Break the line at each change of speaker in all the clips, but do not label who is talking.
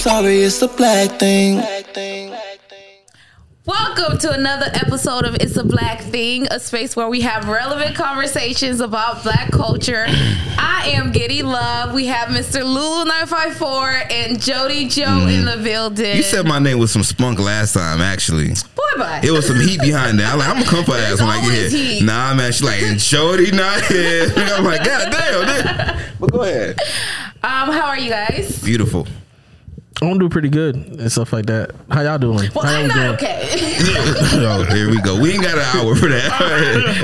sorry, it's a black thing.
Welcome to another episode of It's a Black Thing, a space where we have relevant conversations about black culture. I am Giddy Love. We have Mr. Lulu954 and Jody Joe in the building.
Mm. You said my name with some spunk last time, actually.
Boy, bye.
It was some heat behind that. I'm like, I'm gonna come for ass when I get
always
here.
heat.
Nah, man. She's like, and Jody not here. I'm like, God damn, man. But go ahead.
um, how are you guys?
Beautiful.
I'm doing pretty good and stuff like that. How y'all doing?
Well,
How
I'm
y'all
not
doing?
okay.
Oh, here we go. We ain't got an hour for that.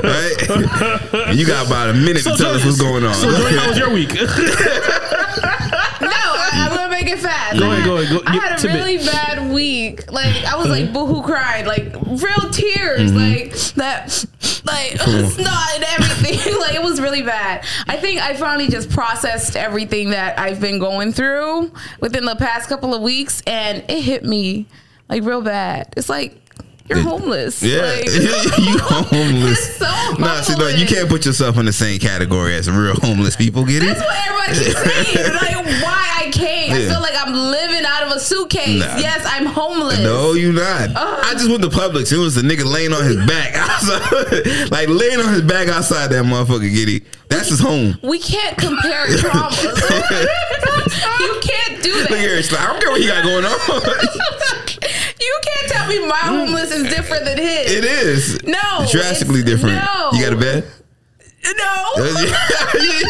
right? And you got about a minute to tell us what's going on.
So Jordan, how was your week?
no, I, I'm gonna make it fast.
Go
I
ahead,
had-
go ahead, go-
I
get-
had a
tidbit.
really bad week. Like I was
Mm-hmm.
like boohoo crying, like real tears, like that, like
Mm-hmm.
snot and everything. like it was really bad. I think I finally just processed everything that I've been going through within the past couple of weeks, and it hit me like real bad. It's like you're
It-
homeless.
Yeah,
Like,
you homeless.
It's so
nah, see, look, you
humbling.
can't put yourself in the same category as some real homeless people. Get it?
That's what everybody keeps saying. Like, why I came? I
Yeah.
feel like I'm living out of a suitcase.
Nah.
Yes, I'm homeless.
No, you not. I just went to Publix. It was the nigga laying on his back outside, like laying on his back outside that motherfucker. Giddy, that's his home.
We can't compare traumas. you can't do
Look
that.
here, it's like, I don't care what he got going on.
You can't tell me my homeless is different than his.
it is
No,
drastically
it's-
different.
no.
You got a bed?
no.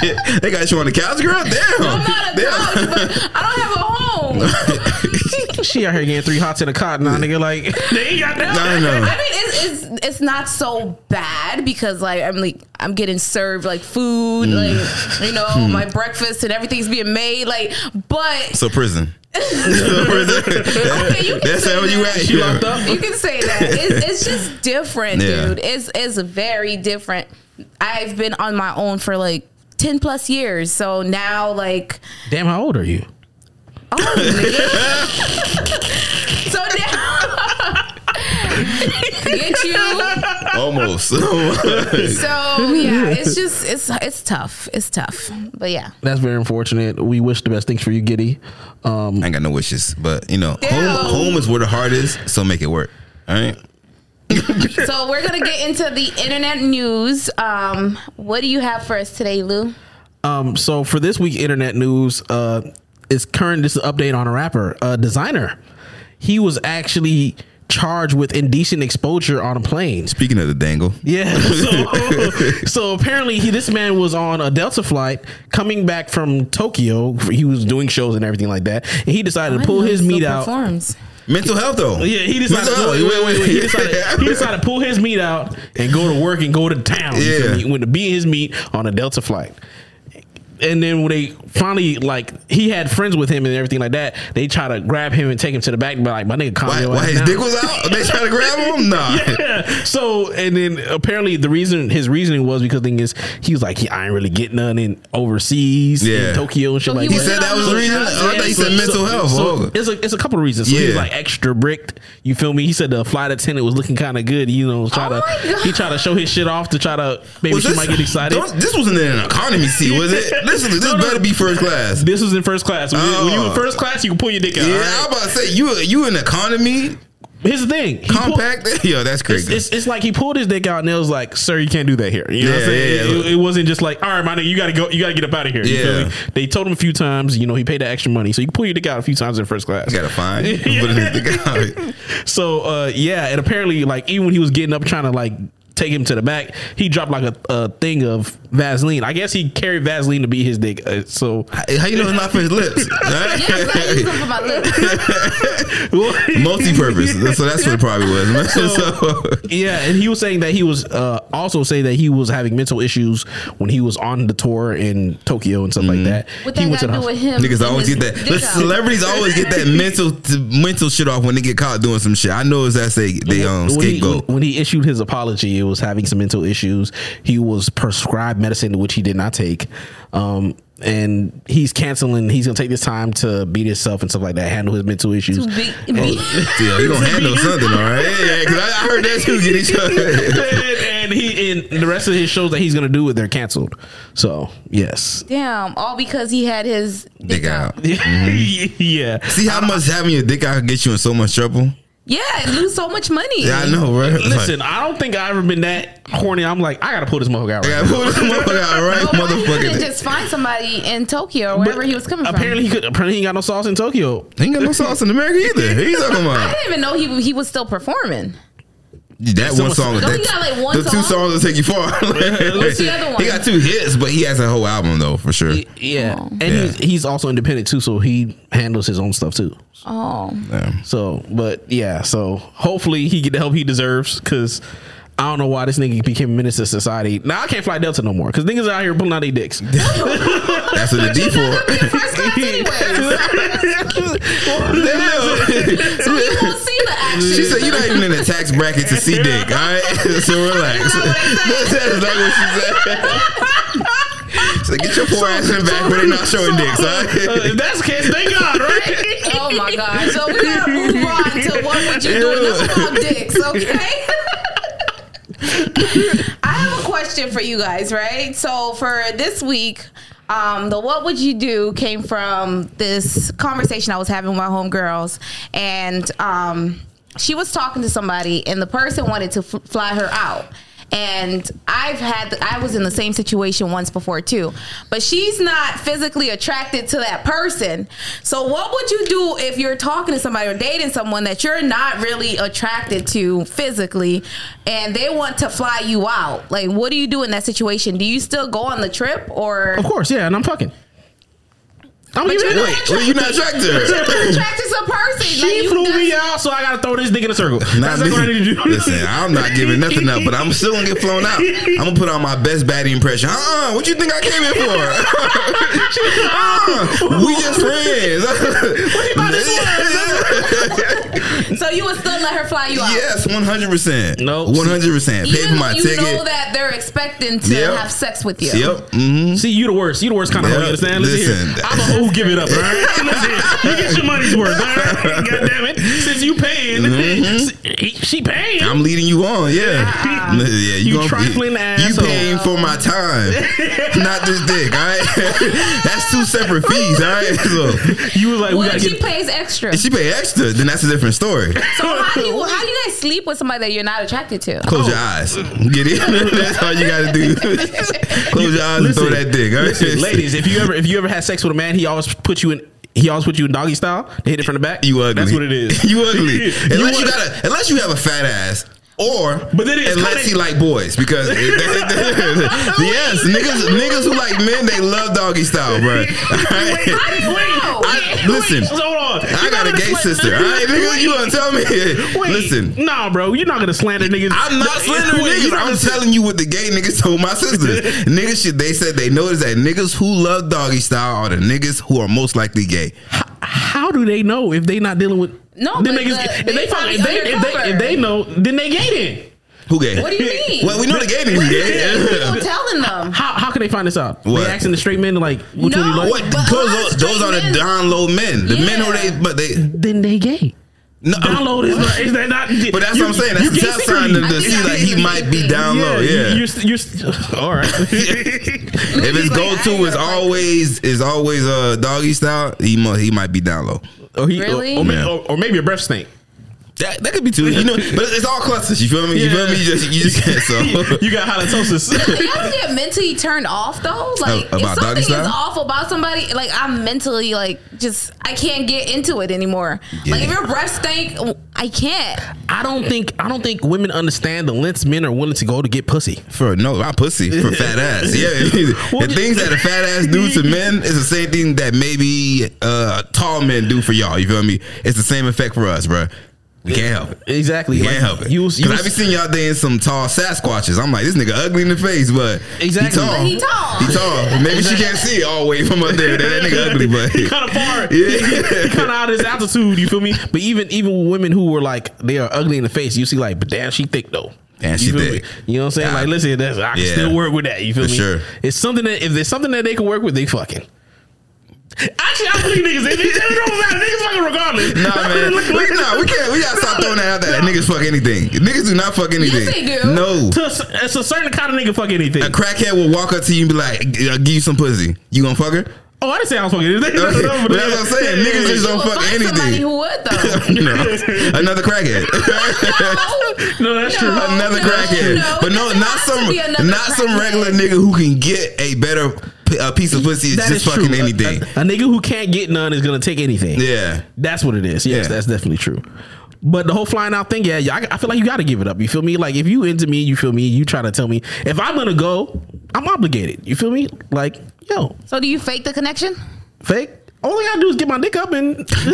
Yeah. They got you on the couch, girl. Damn,
I'm not a couch,
damn.
but I don't have a home.
she out here getting three hots in a cot now, nigga. Like they ain't got that.
No, no,
I mean, it's, it's it's not so bad because like I'm like I'm getting served like food,
Mm.
like you know
Hmm.
my breakfast and everything's being made, like. But
So prison. so prison.
Okay, you can
that's
say
how you
that.
at.
She locked up.
you can say that. It's, it's just different,
Yeah.
dude. It's it's very different. I've been on my own for like ten plus years, so now like
Damn, how old are you?
oh, nigga. so now get you.
Almost.
So yeah, it's just it's it's tough. It's tough, but yeah.
That's very unfortunate. We wish the best things for you, Giddy. Um,
I ain't got no wishes, but you know,
Damn.
home home is where the heart is, so make it work. All right.
So we're gonna get into the internet news. Um, what do you have for us today, Lou?
um, so for this week, internet news uh, is current. This is an update on a rapper, a designer. He was actually charged with indecent exposure on a plane.
Speaking of the dangle,
Yeah. So, so apparently, he, this man was on a Delta flight coming back from Tokyo. He was doing shows and everything like that. And he decided to pull his meat out.
Performs.
mental health though.
Yeah, he decided.
Mental
Wait,
health.
wait, wait, wait. He, decided he decided to pull his meat out and go to work and go to town. You feel
Yeah.
me? Went to be his meat on a Delta flight. And then when they finally like he had friends with him and everything like that, they try to grab him and take him to the back and be like, "My nigga, calm
Why,
your
why
ass
his
down."
dick was out? They trying to grab him? Nah.
yeah. So and then apparently the reason his reasoning was because thing is he was like he I ain't really getting none in overseas
Yeah.
in Tokyo and shit
So
like
he
He
that.
said that was the reason. Oh, I thought he said mental health.
So
Oh.
it's a it's a couple of reasons. So he was
Yeah.
like extra bricked. You feel me? He said the flight attendant was looking kind of good. You know, try
Oh my
to
God.
he tried to show his shit off to try to maybe
Was
she might get excited.
don't- This wasn't in an economy seat, was it? This, is- this
No, no.
better be first class.
This was in first class. When, you- when you
Oh.
in first class, you can pull your dick out.
Yeah,
all right?
I'm about to say you you in economy
Here's the thing. He pulled-
compact. Yo, that's
It's,
crazy.
it's, it's like he pulled his dick out and it was like, "Sir, you can't do that here." You know what I'm
Yeah,
saying?
yeah,
It- it, it wasn't just like, "All right, my nigga, you gotta go, you gotta get up out of here." You feel
Yeah.
me? They told him a few times. You know, he paid the extra money, so you can pull your dick out a few times in first class.
You got to find. Put it in the guy.
So uh, yeah, and apparently, like even when he was getting up trying to like take him to the back, he dropped like a, a thing of Vaseline. I guess he carried Vaseline to beat his dick. Uh, so
How you know it's not for his lips?
Yes, I use them for my lips.
Multi-purpose. So that's what it probably was. So,
yeah, and he was saying that he was uh, also saying that he was having mental issues when he was on the tour in Tokyo and stuff
Mm-hmm.
like that.
What
he
that got to do
hos-
with him?
Niggas
and
always
his
get that.
dick
The
out?
celebrities always get that mental t- mental shit off when they get caught doing some shit. I know it's that they they um
when he,
scapegoat.
when he issued his apology, it was having some mental issues. He was prescribed medicine which he did not take. Um, and he's canceling. He's gonna take this time to beat himself and stuff like that. Handle his mental issues.
Be- be-
Yeah, you gonna handle something, all right? Yeah, because I, I heard that too. Get each other.
and, and he and the rest of his shows that he's gonna do, they're canceled. So yes,
Damn, all because he had his
Dick out. Mm-hmm.
yeah.
See how much having your dick out can get you in so much trouble?
Yeah, and lose so much money.
Yeah, I know, bro. It's like,
Listen, I don't think I've ever been that horny. I'm like, I gotta pull this motherfucker out.
I
Right
gotta pull this motherfucker out, right?
But why he
Motherfucker.
couldn't just find somebody in Tokyo or wherever he was coming from?
apparently, he could. Apparently, he got no sauce in Tokyo.
He ain't got no sauce in America either. He's talking
I
about
didn't even know he he was still performing.
that one song.
Don't
that-
he got, like, one
the two
song?
songs will take you far. What's
the other one?
He got two hits, but he has a whole album though, for sure.
Yeah,
Oh.
and
Yeah.
He's, he's also independent too, so he handles his own stuff too.
Oh,
Yeah.
So, but yeah, so hopefully he get the help he deserves because. I don't know why this nigga became a menace to society. Now I can't fly Delta no more because niggas out here pulling out their dicks.
That's what the D for.
first class anyway. you won't see the action.
She said, "You're not even in the tax bracket to see dick, all right? so relax." That's not what she said. So get your poor ass in the back where they not showing dicks, all
Uh,
right?
if that's the case, thank God, right?
Oh my god! So we gotta move on to what would you do? Enough about dicks, okay? I have a question for you guys, right? So for this week, um, the what would you do came from this conversation I was having with my homegirls, and um, she was talking to somebody, and the person wanted to f- fly her out. And I've had, I was in the same situation once before too, but she's not physically attracted to that person. So, what would you do if you're talking to somebody or dating someone that you're not really attracted to physically and they want to fly you out? Like, what do you do in that situation? Do you still go on the trip or
Of course, yeah, and I'm fucking. I'm
But
giving
you
it
know
away.
Wait, well, you not attracted to her.
you're attracted to a person?
She
you-
flew me
that's-
out, so I gotta throw this dick in a circle.
Not
That's
me.
like what I need to do.
Listen, I'm not giving nothing up, but I'm still gonna get flown out. I'm gonna put on my best baddie impression. Uh uh what you think I came here for? uh, we just friends.
So, you would still let her fly you out?
yes, 100%.
Nope.
100%. Pay for
Even
my
though you
ticket.
know that they're expecting to
Yep.
have sex with you.
Yep. Mm-hmm.
See, you the worst. You the worst kind of
Yeah,
hoe. You understand? Listen, here.
listen.
I'm a hoe. who Give it up. All right. Listen, you get your money's worth. All right. God damn it. Since you paying, she paying.
Mm-hmm. I'm leading you on. Yeah. yeah
You
gonna-
trifling
you
asshole.
paying for my time, not this dick. All right. That's two separate fees. All right. So.
you was like, we
What
gotta
if she
get.
pays extra?
If she pay extra, then that's a different story.
So how do you how do you guys sleep with somebody that you're not attracted to?
Close
Oh.
your eyes. Get it? that's all you gotta do. Close your eyes and throw that dick. All right?
listen, ladies, if you ever if you ever had sex with a man, he always put you in. He always put you in doggy style. They hit it from the back.
you ugly.
That's what it is.
you ugly. Unless you,
wanna-
got a, unless you have a fat ass. Or
But then it's
unless
kinda-
he like boys because yes niggas niggas who like men they love doggy style bro.
How do you know?
I- listen,
Wait, so hold on.
I
You're
got
not
a
gonna
gay
slan-
sister. All right, nigga, you gonna tell me?
Wait,
Listen,
nah, bro, you're not gonna slander niggas.
I'm not
Wait,
slandering
you're
niggas.
not
I'm
gonna-
telling you what the gay niggas told my sisters. niggas shit, they said they noticed that niggas who love doggy style are the niggas who are most likely gay.
How do they know if they not dealing with
No,
Them
but
niggas,
the-
if
they
they, find,
probably
if, they, if, they,
undercover.
if they know, then they gay then.
Who gay?
what do you mean?
Well, we know the gay niggas
People
gay.
telling them.
How how can they find this out?
What?
They asking the straight men like which
No.
one you like?
What?
But
Those,
us
are- those are the
straight men-
down low men. The men who
Yeah.
they, but they
Then they gay.
no.
Download is not, is that not?
But that's what I'm saying. That's a tell sign to, to
think
see
I
like
did
he
the
might
same
be
thing.
down low. Yeah.
you you're, st- all right.
if his
Like,
go
I ain't
to is
gonna-
always is always uh doggy style, he must he might be down low.
or, he,
Really?
or, or, may-
Yeah.
or, or maybe a breath snake.
That, that could be too. You know, but it's all clusters. You feel me? You feel me? You just you just can't. So
You got halitosis.
Do y'all get mentally turned off though? Like
About
if
doggy
something is
style?
off about somebody, like I'm mentally like just I can't get into it anymore. Like
Yeah.
if your breath stink, oh, I can't.
I don't think I don't think women understand the lengths men are willing to go to get pussy.
For no, my pussy for fat ass. Yeah,
Well,
the things that a fat ass do to men is the same thing that maybe uh, tall men do for y'all. You feel me? It's the same effect for us, bro. We can't help it.
Exactly.
We
Like,
can't help it.
You, was- you,
Cause I
was-
be seeing y'all dating some tall Sasquatches. I'm like, this nigga ugly in the face, but
Exactly.
He tall.
But he tall.
Uh-huh. He tall. Maybe she can't see it all the way from up there. That, that nigga ugly, but
kind of far.
Yeah.
He kind of out of his altitude. You feel me? But even even women who were like they are ugly in the face, you see like, but damn, she thick though.
And she
you feel
thick.
me? You know what I'm saying?
Yeah.
Like, listen, that's, I can
Yeah.
still work with that. You feel
For
me?
sure.
It's something that if there's something that they can work with, they fucking. Actually, I believe niggas. It, it don't matter. Niggas fucking regardless.
Nah, man.
Look,
we,
look,
nah, we can't. We gotta stop throwing that out there. That niggas fuck anything. Niggas do not fuck anything.
they do.
No.
To a, s- it's a certain kind of nigga fuck anything.
A crackhead will walk up to you and be like, "I'll give you some pussy. You gonna fuck her?
Oh, I didn't say I was fucking anything.
Okay. But that's what I'm saying. Niggas just don't
You would
fuck
find Somebody
anything.
who would though.
No. Another crackhead.
No, that's true.
No.
another
no,
crackhead.
no.
but no,
There
not
has to be another
some not some
crackhead.
regular nigga who can get a better p- a piece of pussy. It's
That
just
is true. Uh,
fucking
A-
anything.
A, a nigga who can't get none is gonna take anything.
yeah.
That's what it is. Yes,
Yeah.
that's definitely true. But the whole flying out thing, yeah, yeah I, I feel like you got to give it up. You feel me? Like if you into me, you feel me. You try to tell me if I'm gonna go, I'm obligated. You feel me? Like yo,
So do you fake the connection?
fake. All I gotta do is get my dick up and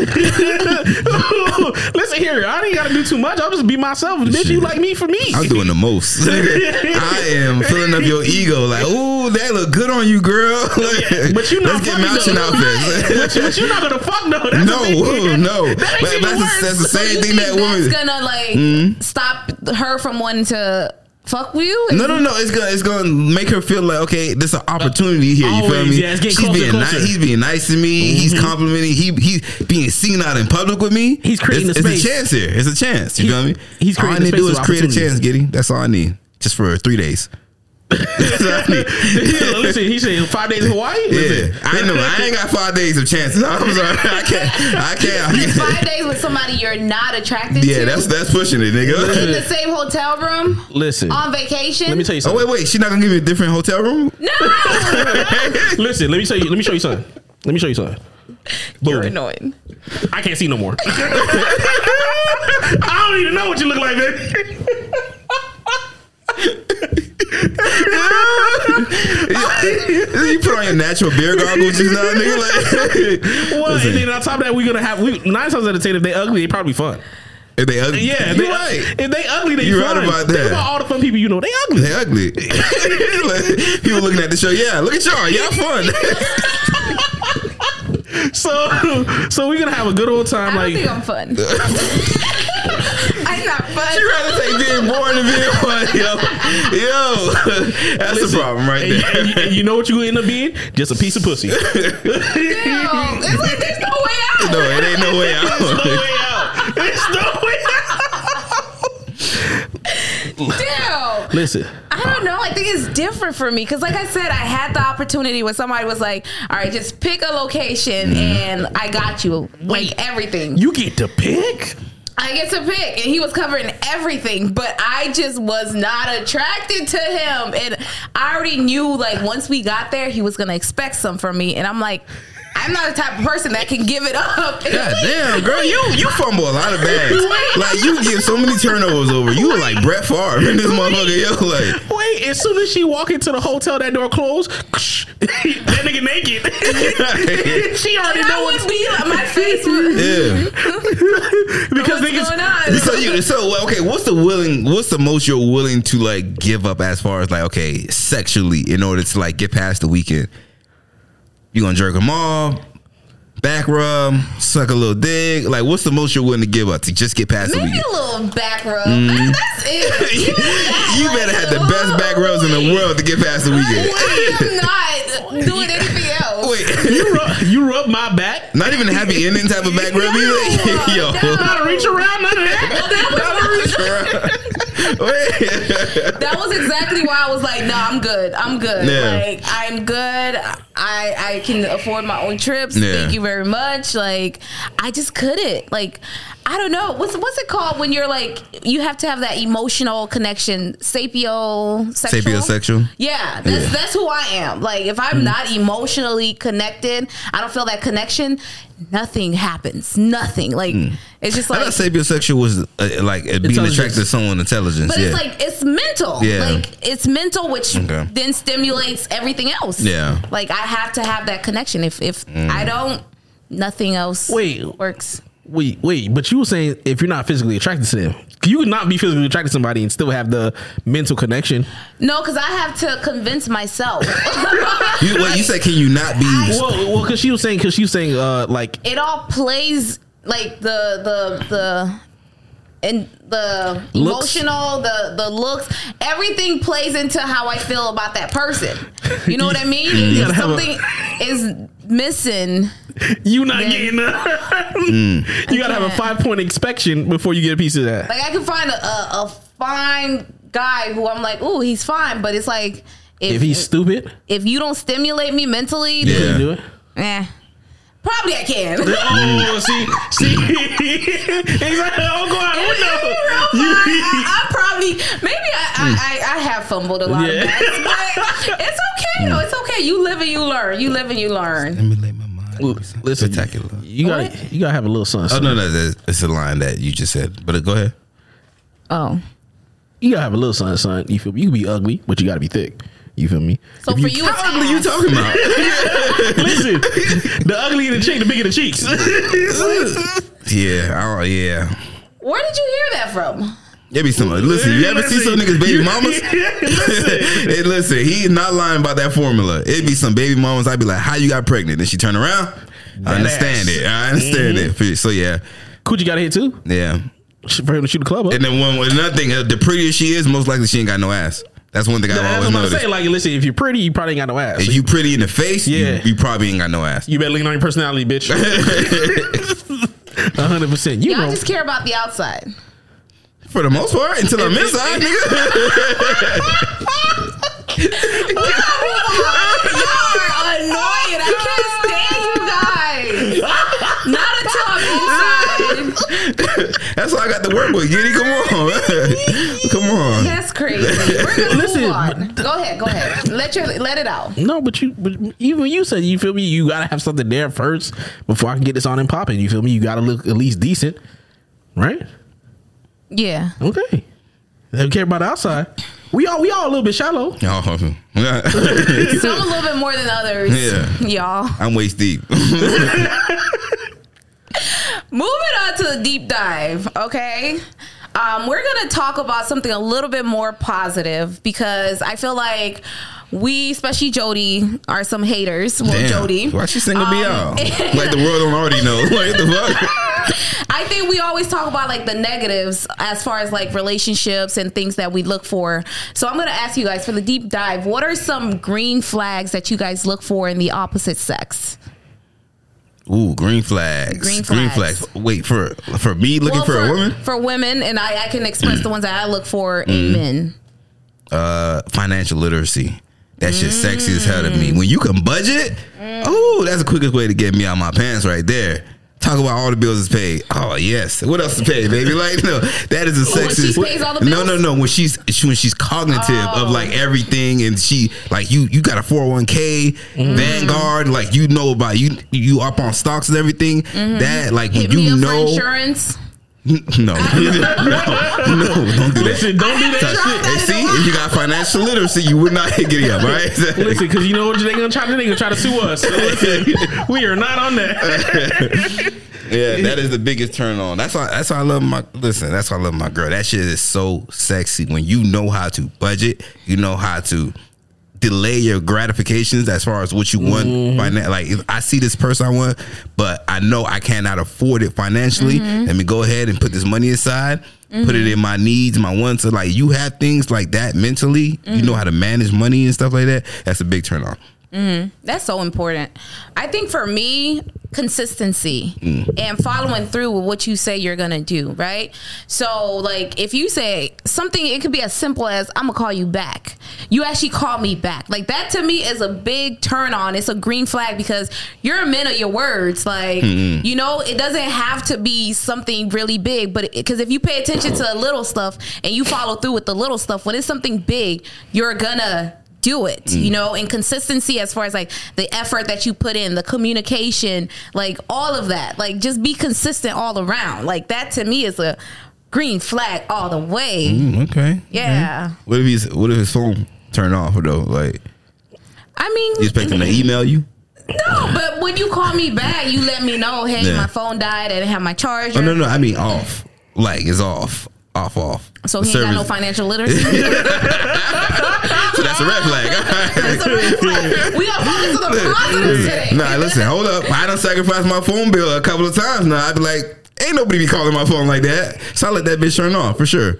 listen here. I ain't gotta do too much. I'll just be myself. Bitch, you
Shit.
like me for me.
I'm doing the most. I am filling up your ego. Like, ooh, that look good on you, girl.
but you
let's
not
get
fucking
matching
though.
outfits.
but, you, but you're not gonna fuck though. That's
No,
the thing.
no.
That ain't
But that's
even
the-
worse.
that's the
So
same
you
thing
think
that Hmm?
that's
woman-
gonna like stop her from wanting to fuck you?
No, no, no! It's gonna, it's gonna make her feel like okay, there's an opportunity here. You feel
Always,
me?
yeah, it's getting
She's
closer,
being
closer.
nice. He's being nice to me. He's complimenting. He he's being seen out in public with me.
Mm-hmm. He's creating
it's,
a
It's a
space.
chance here. It's a chance. You
He-
feel me?
he's creating
All I
a
need to do
space
is
of
create a
opportunity.
chance, Giddy. That's all I need. Just for three days. That's all I need.
Yeah, listen, he said five days in Hawaii.
Yeah,
Listen,
I know. I ain't got five days of chances. I'm sorry. I can't. I can't. I can't.
Five days with somebody you're not attracted to.
Yeah, that's that's pushing
in
it, nigga.
the same hotel room
listen.
on vacation.
Let me tell
Oh
you something.
wait, wait. She not gonna give me a different hotel room?
Listen, let me tell you. Let me show you something. Let me show you something.
You're
Boom.
annoying.
I can't see no more. I don't even know what you look like, man.
you put on your natural beer goggles just now, nigga. Like,
Well, and then on top of that, we're gonna have we, nine times out of ten. If they ugly, they probably fun.
if they ugly,
Yeah, if
you
they,
right.
If they ugly, they
You right
fun.
about
Think
that.
about all the fun people you know. They ugly.
They ugly. Like, people looking at the show. Yeah, look at y'all. Y'all fun.
So, so we're gonna have a good old time.
I don't
Like,
think I'm fun. I'm not fun.
you rather take being born than being fun, yo. Yo, that's the problem right
and, you-
there.
and you- and you know what you gonna end up being? Just a piece of pussy.
Damn. It's like there's no way out.
No, it ain't no way out.
no way out. There's no way out.
Damn.
Listen,
I don't know. I think it's different for me because, like I said, I had the opportunity when somebody was like, "All right, just pick a location,
Mm-hmm.
and I got you, like everything."
you get to pick.
I get to pick, and he was covering everything, but I just was not attracted to him, and I already knew like once we got there, he was gonna expect some from me, and I'm like, I'm not the type of person that can give it up.
God damn, girl, you you fumble a lot of bags. Like you give so many turnovers over. You were like Brett Favre in this motherfucker. Yo, like
Wait, as soon as she walk into the hotel, that door closed. that nigga naked. she already
And I
know
would
what's
be like, my face would.
yeah.
because
What's
niggas.
going on?
So you so well, okay. What's the willing? What's the most you're willing to like give up as far as like okay sexually in order to like get past the weekend? You gonna jerk them off, back rub, suck a little dick. Like what's the most you're willing to give up to just get past the
Maybe
weekend?
a little back rub. That- that's it.
Mm. you better have the best back rubs in the world to get past the weekend.
I am not doing anything else.
Wait,
You rub, you rub my back.
not even a happy ending type of back rub. either? Yo.
No.
Not a reach around, none of that.
Wait.
That was exactly why I was like, no, I'm good. I'm good.
Yeah.
Like, I'm good. I I can afford my own trips.
Yeah.
Thank you very much. Like, I just couldn't. Like, I don't know. What's what's it called when you're like you have to have that emotional connection? Sapio
Sapiosexual?
Yeah. That's
Yeah. Mm-hmm.
that's who I am. Like if I'm not emotionally connected, I don't feel that connection, nothing happens. Nothing. Like it's just
Mm. I
like
thought sapiosexual was uh, like uh, being
Intelligence.
attracted to someone intelligence.
But
yeah.
it's like it's mental.
Yeah.
Like it's mental, which
Okay.
then stimulates everything else.
Yeah. Mm.
Like I have to have that connection. If if I don't, nothing else
Wait.
works.
Wait, wait, but you were saying if you're not physically attracted to them, you would not be physically attracted to somebody and still have the mental connection.
No, because I have to convince myself.
you, wait, you said can you not be?
Well, well, because she was saying, because she was saying, uh, like
it all plays like the the the and the
Looks.
emotional, the the looks, everything plays into how I feel about that person. You know what I mean?
Mm.
You
if
gotta have a-
something is missing,
You not
Yeah.
getting that. you gotta have a
can't.
five point inspection before you get a piece of that.
like I can find a, a, a fine guy who I'm like, oh, he's fine, but it's like if
if he's stupid,
if you don't stimulate me mentally,
Yeah.
you do it.
then, eh, probably I can.
Oh, see, see, he's like, oh god,
I,
oh no.
I probably maybe I, I, I, I have fumbled a lot of
Yeah.
that, but it's okay though. It's okay. You live and you learn. You live and you learn.
Let me lay my mind. on something
Listen,
spectacular.
you gotta, you gotta have a little sun.
Oh no, no, that's- it's a line that you just said. But uh, go ahead.
Oh,
You gotta have a little sun, son. You feel me? You can be ugly, but you gotta be thick. You feel me?
so
If
for you, it's
How ugly you
ass.
talking about?
listen, the uglier the cheek, the bigger the cheeks.
yeah, oh yeah.
Where did you hear that from?
There be some. Listen, you ever see some niggas baby mamas?
listen.
hey, listen, he's not lying about that formula. It'd be some baby mamas. I'd be like, "How you got pregnant?" Then she turn around. I understand
ass.
it. I understand it. So yeah,
Coochie got hit too.
yeah.
Sh- For him to shoot the club up.
And then one another thing, uh, the prettier she is, most likely she ain't got no ass. That's one thing I've
That's
always
what I'm
noticed.
saying. Like, listen, if you're pretty, you probably ain't got no ass.
If you pretty in the face, you-
Yeah.
you, probably ain't got no ass.
You better lean on your personality, bitch. hundred percent. You
Y'all
know,
just care about the outside.
For the most part, until I'm inside, nigga.
Y'all are annoying. I can't stand you guys. Not until I'm inside.
That's all I got to work with. Giddy, come on, come on.
That's crazy. We're gonna
Listen,
move on. Go ahead. Go ahead. Let your let it out.
no, but you, but even you said you feel me. You gotta have something there first before I can get this on and popping. You feel me? You gotta look at least decent, right?
Yeah.
Okay. They don't care about the outside. We all we all a little bit shallow.
Oh,
Some a little bit more than others.
Yeah.
Y'all.
I'm waist deep.
Moving on to the deep dive, okay? Um, we're gonna talk about something a little bit more positive because I feel like we, especially Jody, are some haters. Well,
Damn.
Jody,
Why she single me
Um,
out? like the world don't already know. Like the fuck?
I think we always talk about like the negatives as far as like relationships and things that we look for. So I'm gonna ask you guys for the deep dive. What are some green flags that you guys look for in the opposite sex?
Ooh, green flags.
Green flags.
Wait for for me looking
Well,
for, a woman. Mm.
for women, and I, I can express the ones that I look for in men.
Uh, financial literacy. That shit sexy as hell to me.
Mm.
When you can budget, oh, that's the quickest way to get me out of my pants right there. Talk about all the bills is paid. Oh yes, what else to pay, baby? Like no, that is a
When she
sexist.
pays all the
No, no,
bills?
no. When she's she- when she's cognitive of
Oh.
like everything, and she like you you got a four hundred one k
Mm-hmm.
Vanguard, like you know about you you up on stocks and everything. That like when
Hit
you
Mm-hmm. me up
know
for insurance.
no. no, no, don't do that.
Listen, don't do
have
that.
to
shit.
try.
Hey, see, if you got financial literacy, you would not get it up, all right?
Listen, because you know what they gonna try to they gonna try to sue us. So listen, we are not on that.
yeah, that is the biggest turn on. That's why. That's why I love my. Listen, that's why I love my girl. That shit is so sexy when you know how to budget. You know how to delay your gratifications as far as what you want. Finan- like if I see this person I want, but I know I cannot afford it financially. Let me go ahead and put this money aside. Put it in my needs, my wants. So like you have things like that mentally. You know how to manage money and stuff like that. That's a big turn on.
That's so important. I think for me, consistency and following through with what you say you're gonna do, right? So, like, if you say something, it could be as simple as "I'm gonna call you back." You actually call me back. Like that to me is a big turn on. It's a green flag because you're a man of your words. Like, you know, it doesn't have to be something really big, but because if you pay attention to the little stuff and you follow through with the little stuff, when it's something big, you're gonna do it
Mm.
you know and consistency as far as like the effort that you put in the communication like all of that like just be consistent all around like that to me is a green flag all the way
Mm-hmm. Mm, okay.
yeah
What if he's what if his phone turned off though? Like
i mean
you expect him to email you?
no but when you call me back you let me know hey
Yeah.
my phone died i didn't have my charger
Oh no no, I mean off. Like it's off. Off off.
so
The
he ain't got no
service-
financial literacy
So that's a red flag.
That's a red flag. we are focused on the positive today
nah, listen, hold up. I done sacrificed my phone bill a couple of times now. I'd be like, Ain't nobody be calling my phone like that. So I let that bitch turn off for sure.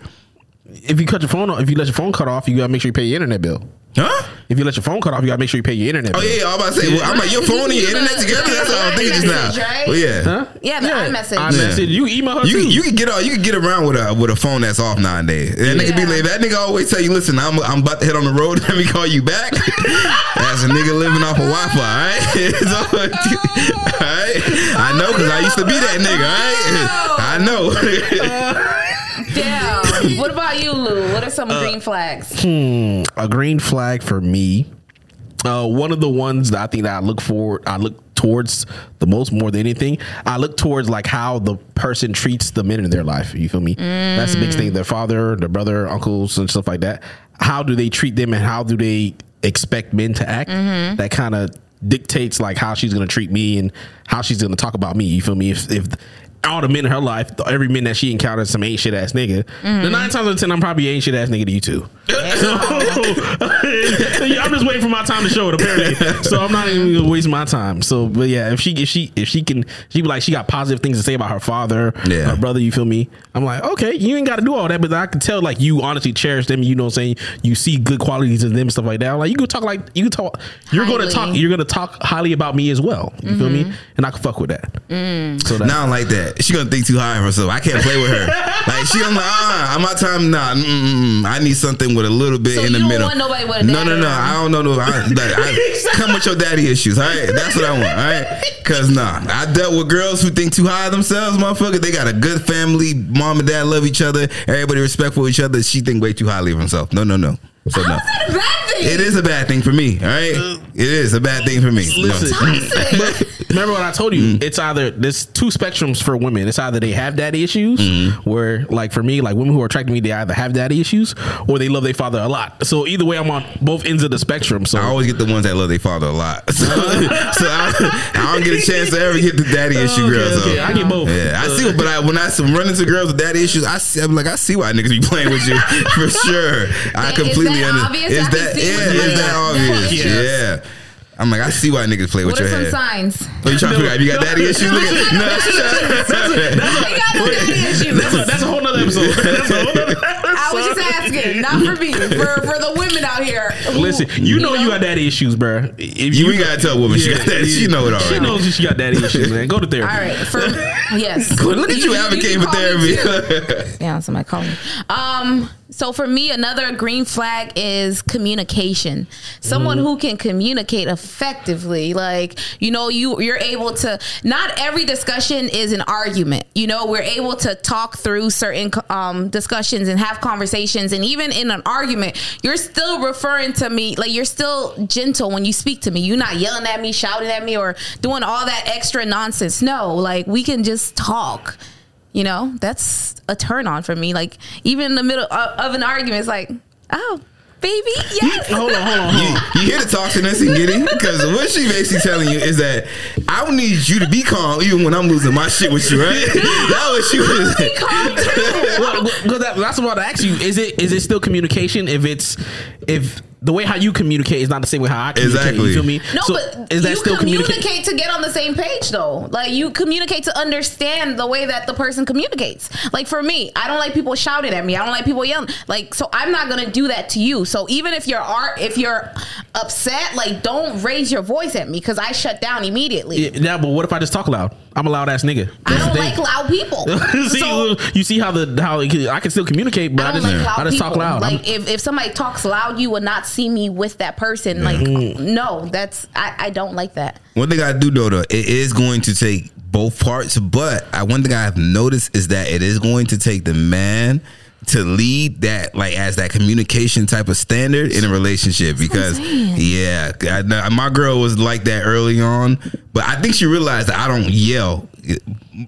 If you cut your phone off, if you let your phone cut off, you gotta make sure you pay your internet bill.
Huh?
If you let your phone cut off, you gotta make sure you pay your internet
Oh
bill.
yeah, I'm about to say. Well, I'm like your phone and your internet together. That's what I'm thinking just now. Well, yeah.
Huh?
Yeah, the iMessage.
iMessage. You email her
You,
too.
you can get out, you can get around with a with a phone that's off nowadays. That nigga be
Yeah.
like that nigga always tell you, listen, I'm I'm about to head on the road. Let me call you back. that's a nigga living off of Wi-Fi. All right, So, all right. I know because I used to be that nigga. All right, I know.
Damn. what about you, Lou? What are some
Uh,
green flags?
a green flag for me. Uh, one of the ones that I think that I look forward, I look towards the most more than anything. I look towards like how the person treats the men in their life. You feel me? That's the big thing. Their father, their brother, uncles, and stuff like that. How do they treat them, and how do they expect men to act? That kind of dictates like how she's gonna treat me and how she's gonna talk about me. You feel me? If if all the men in her life, every man that she encounters, some ain't shit ass nigga. The nine times out of ten, I'm probably ain't shit ass nigga to you too. Yeah, I'm just waiting for my time to show it apparently. So I'm not even gonna waste my time. So but yeah, if she if she if she can she be like she got positive things to say about her father,
Yeah.
her brother, you feel me? I'm like, okay, you ain't gotta do all that, but I can tell like you honestly cherish them, you know what I'm saying? You see good qualities in them and stuff like that. I'm like you can talk like you can talk you're gonna
Highly.
talk you're gonna talk highly about me as well. You feel me? And I can fuck with that. So that
Now I'm like that. She gonna think too high of herself. I can't play with her. Like she, I'm like, ah, I'm out time. Nah, mm-mm, I need something with a little bit
So
in
you
the
don't
middle.
want nobody with a
no,
daddy
no, no.
around.
I don't know. No, I, like, I, come with your daddy issues. All right, that's what I want. All right, because nah, I dealt with girls who think too high of themselves, motherfucker. They got a good family. Mom and dad love each other. Everybody respectful of each other. She think way too highly of herself. No, no, no. So no.
That's a bad thing.
It is a bad thing for me, all right.
uh,
It is a bad thing for me. No.
Listen.
Toxic.
Remember what I told
Mm-hmm.
you? It's either there's two spectrums for women. It's either they have daddy issues,
Mm-hmm.
where like for me, like women who are attracted to me, they either have daddy issues or they love their father a lot. So either way, I'm on both ends of the spectrum. So
I always get the ones that love their father a lot. So, so I, I don't get a chance to ever get the daddy issue
Okay,
girls.
okay,
so.
I get both.
Yeah, I see. But I, when I some- run into girls with daddy issues, I see, I'm like, I see why niggas be playing with you for sure. I
Is
completely
that
under-
obvious?
Is
I can
that
see
yeah?
what's
Is
going
that
on.
obvious?
Yeah.
Yeah. I'm like, I see why niggas play
What
with
are
your
some
head.
signs?
Are you trying to figure out if you got daddy issues? Look at- no,
I got no daddy issues.
that's, a, that's a whole nother episode. That's a whole nother episode.
I was just asking, not for me, for, for the women out here. who-
Listen, you know you got daddy issues, bruh. If
You ain't gotta tell a woman she got daddy. She know it already.
She knows she got daddy issues, man. Go to therapy.
All right, for yes.
Look at you advocating for
call me
therapy.
too. Yeah, somebody call me. Um, so for me, another green flag is communication. Someone who can communicate effectively. Like, you know, you you're able to not every discussion is an argument. You know, we're able to talk through certain um discussions and have conversations and even in an argument, you're still referring to me like you're still gentle when you speak to me. You're not yelling at me, shouting at me or doing all that extra nonsense. No, like we can just talk you know that's a turn on for me like even in the middle of, of an argument it's like oh baby yes
Hold on, hold on, hold on.
you hear the toxicness in Giddy? Because what she basically telling you is that I don't need you to be calm even when I'm losing my shit with you, right? that was she was.
Be calm too.
well, because that, that's what I asked you. Is it is it still communication? If it's if the way how you communicate is not the same way how I communicate.
Exactly.
You feel me?
no
So
but
is that
you
still
communicate
communication?
to get on the same page though like you communicate to understand the way that the person communicates like for me i don't like people shouting at me i don't like people yelling like so i'm not gonna do that to you so even if you're ar- if you're upset like don't raise your voice at me because i shut down immediately
Yeah, yeah, but what if I just talk loud? I'm a loud ass nigga.
i
That's the
don't like
thing.
loud people
see,
So-
you see how the how it can- I can still communicate, but I,
I don't
just
like loud
I just
people.
talk loud. I'm-
Like if, if somebody talks loud, you will not see me with that person. Like no, that's I, I don't like that.
One thing I do know though, it is going to take both parts, but I, one thing I have noticed is that it is going to take the man to lead that like as that communication type of standard in a relationship because
saying.
yeah I, know- my girl was like that early on but i think she realized that i don't yell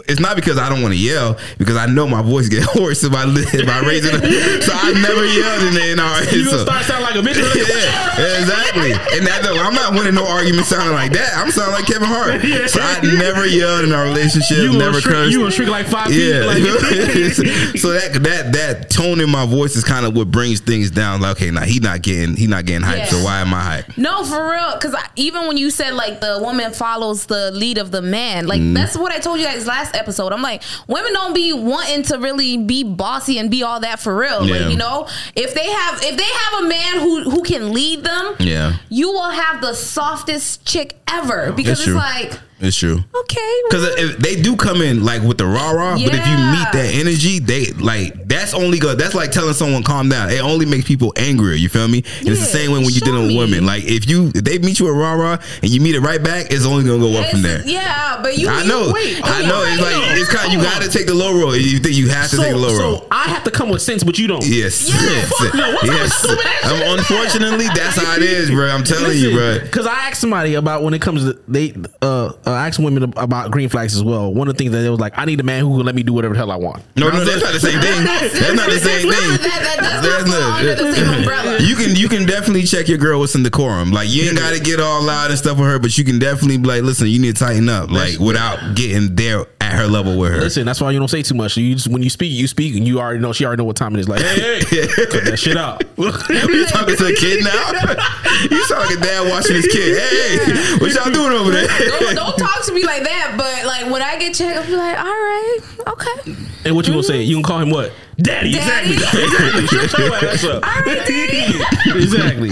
it's not because i don't want to yell because i know my voice get hoarse if i if i raise it up. so i never yelled in, in our
you gonna
so-
start sounding like a bitch.
yeah, exactly. And that, though, I'm not winning no argument sounding like that. I'm sounding like Kevin Hart. So I never yelled in our relationship.
You gonna
never
shrink-
cursed.
you gonna shrink like five feet,
Yeah.
like-
so that that that tone in my voice is kind of what brings things down. Like, okay, now he not getting he not getting hyped.
Yeah.
So why am I hyped?
No, for Mm. real. Because even when you said like the woman follows the lead of the man, like that's what I told you guys last episode. I'm like, women don't be wanting to really be bossy and be all that for real.
Yeah.
Like, you know, if they have if they have a man who who can lead them,
Yeah.
you will have the softest chick ever because it's
That's true.
like.
It's true.
Okay,
Because if they do come in like with the rah rah, but if you meet
Yeah.
that energy, they like that's only good. That's like telling someone calm down. It only makes people angrier. You feel me? And it's the
Yeah,
same way when you
show
dealing with
me.
women. Like if you if they meet you a rah rah and you meet it right back, it's only gonna go up from there.
It's- Yeah, but you.
I
you-
know.
wait, oh
I
you
know. It's
right,
like
though.
it's kind. You got to take the low road. You think you have to
So,
take the low road.
so I have to come with sense, but you don't.
Yes.
Yeah,
yes.
fuck
no. What type of stupid ass
Um, unfortunately, that's how it is, bro. I'm telling you, bro.
Because I asked somebody about when it comes to they, uh, I asked women about green flags as well. One of the things that they was like, I need a man who can let me do whatever the hell I want.
No, no, that's not the same thing. That's not the same
That's not-
thing.
That, that
That's
does not fall under the same umbrella.
You can you can definitely check your girl with some decorum. Like you ain't got to get all loud and stuff with her, but you can definitely be like, listen, you need to tighten up, like without getting there at her level with her.
Listen, that's why you don't say too much. You just when you speak, you speak, and you already know she already know what time it is. Like, hey, hey, cut that shit out.
you talking to a kid now? you talking dad watching his kid? Hey, what y'all doing over
Don't,
there?
don't talk to me like that. But like when I get checked, I'll be like, all right, okay,
and what you gonna say? You gonna call him what? Daddy.
Daddy.
Exactly. Shut your ass up.
all right, daddy.
exactly.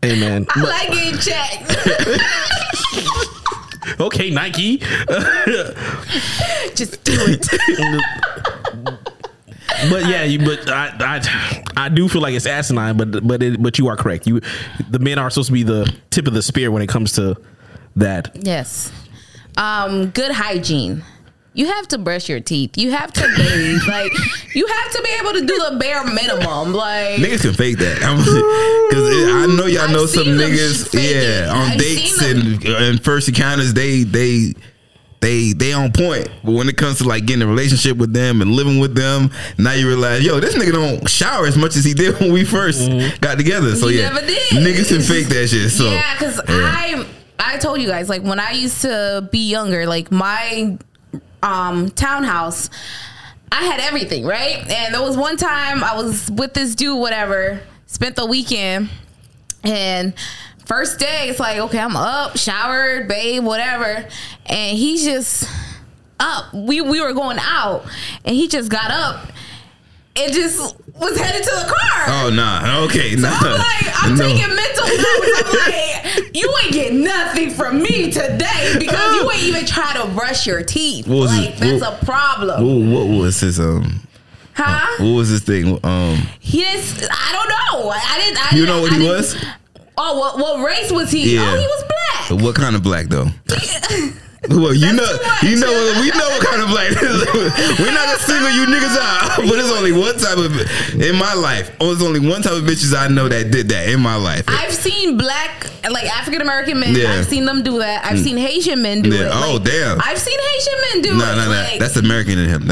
Hey man.
I like getting checked.
Okay, Nike. Uh,
Just do it.
But yeah, you, but I, I I do feel like it's asinine, but but it, but you are correct. You the men are supposed to be the tip of the spear when it comes to that.
Yes. Um, good hygiene. You have to brush your teeth. You have to bathe. like you have to be able to do the bare minimum. Like
Niggas can fake that. I'm, Cause it- I know y'all
I've
know some
seen them
niggas,
fake it.
yeah, on
I've
dates
seen
and, and first encounters, they they they they on point. But when it comes to like getting a relationship with them and living with them, now you realize, yo, this nigga don't shower as much as he did when we 1st got together. So
He
yeah,
never did.
niggas can fake that shit. So
yeah, because I I told you guys like when I used to be younger, like my um townhouse, I had everything right, and there was one time I was with this dude, whatever, spent the weekend, and. First day, it's like, okay, I'm up, showered, babe, whatever. And he's just up. We we were going out and he just got up and just was headed to the car.
Oh nah, okay, nah.
I'm like, I'm
No.
taking mental notes. I'm like, you ain't getting nothing from me today because you ain't even try to brush your teeth.
What was
Like,
it?
that's
What-
a problem.
Ooh, what was his um?
Huh?
What was this thing? Um,
He just, I don't know. I didn't, I
you
didn't-
know what
I
he
didn't-
was?
Oh, what, what race was he?
Yeah.
Oh, he was black.
What kind of black though? Well, you
too
know,
much.
you know, we know what kind of black. This is. We're not gonna single you niggas out, but it's only one type of in my life. Oh, it's only one type of bitches I know that did that in my life.
I've seen black, like African American men.
Yeah. Mm.
I've seen them do that. I've seen Haitian men do
Yeah.
it.
Oh,
Like,
damn.
I've seen Haitian men do
No,
it.
no, no.
Like,
That's American in him. he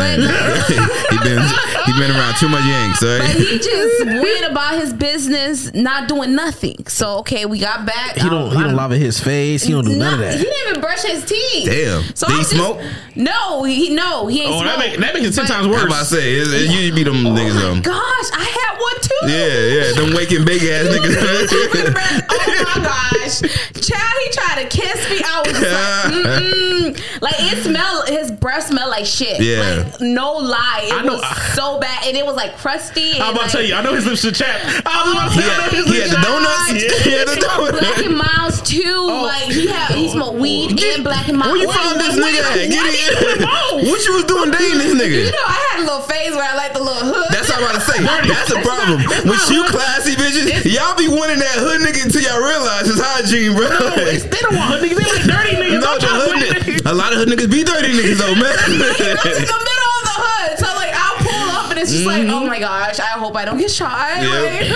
been he been around too much yanks.
But
Sorry.
he just went about his business, not doing nothing. So okay, we got back.
He don't he don't lava his face. He don't do none of
He
that.
didn't even brush his teeth.
Damn. Did he
just-
smoke?
No, he no, he ain't.
Oh, that
smoke.
make- that makes it 10
But-
times
I'm
worse.
about to say it, it usually be them
Oh
niggas.
my
Um,
gosh, I had one too.
yeah, yeah, them waking big ass niggas.
oh my gosh, child! He tried to kiss me. I was just like, mm-mm. like it smelled. His breath smelled like shit.
Yeah.
like, no lie, it
I know-
was so bad, and it was like crusty. and,
I'm about
like,
to tell you, I know his lips are chapped. I was about to say, I know
he had
his lips
the
chapped.
donuts. He had the
Black
donuts. Oh.
and Miles too. Like he had, he smoked weed and Black and Miles.
Where you found this nigga at? Get it.
Oh.
What you was doing dating this
You
nigga?
know, I had a little phase where I liked the little hood.
That's what I'm about to say. That's the problem. With you classy bitches, y'all be wanting that hood nigga until y'all realize it's hygiene, bro.
It's- They don't want hood niggas. They like dirty niggas.
No,
Don't
the
try to
hood
play
niggas.
niggas.
A lot of hood niggas be dirty niggas though,
That's in the middle
man.
of the hood. So like I'll pull up and it's just like,
Mm-hmm.
oh my gosh, I hope I don't get shot. Like,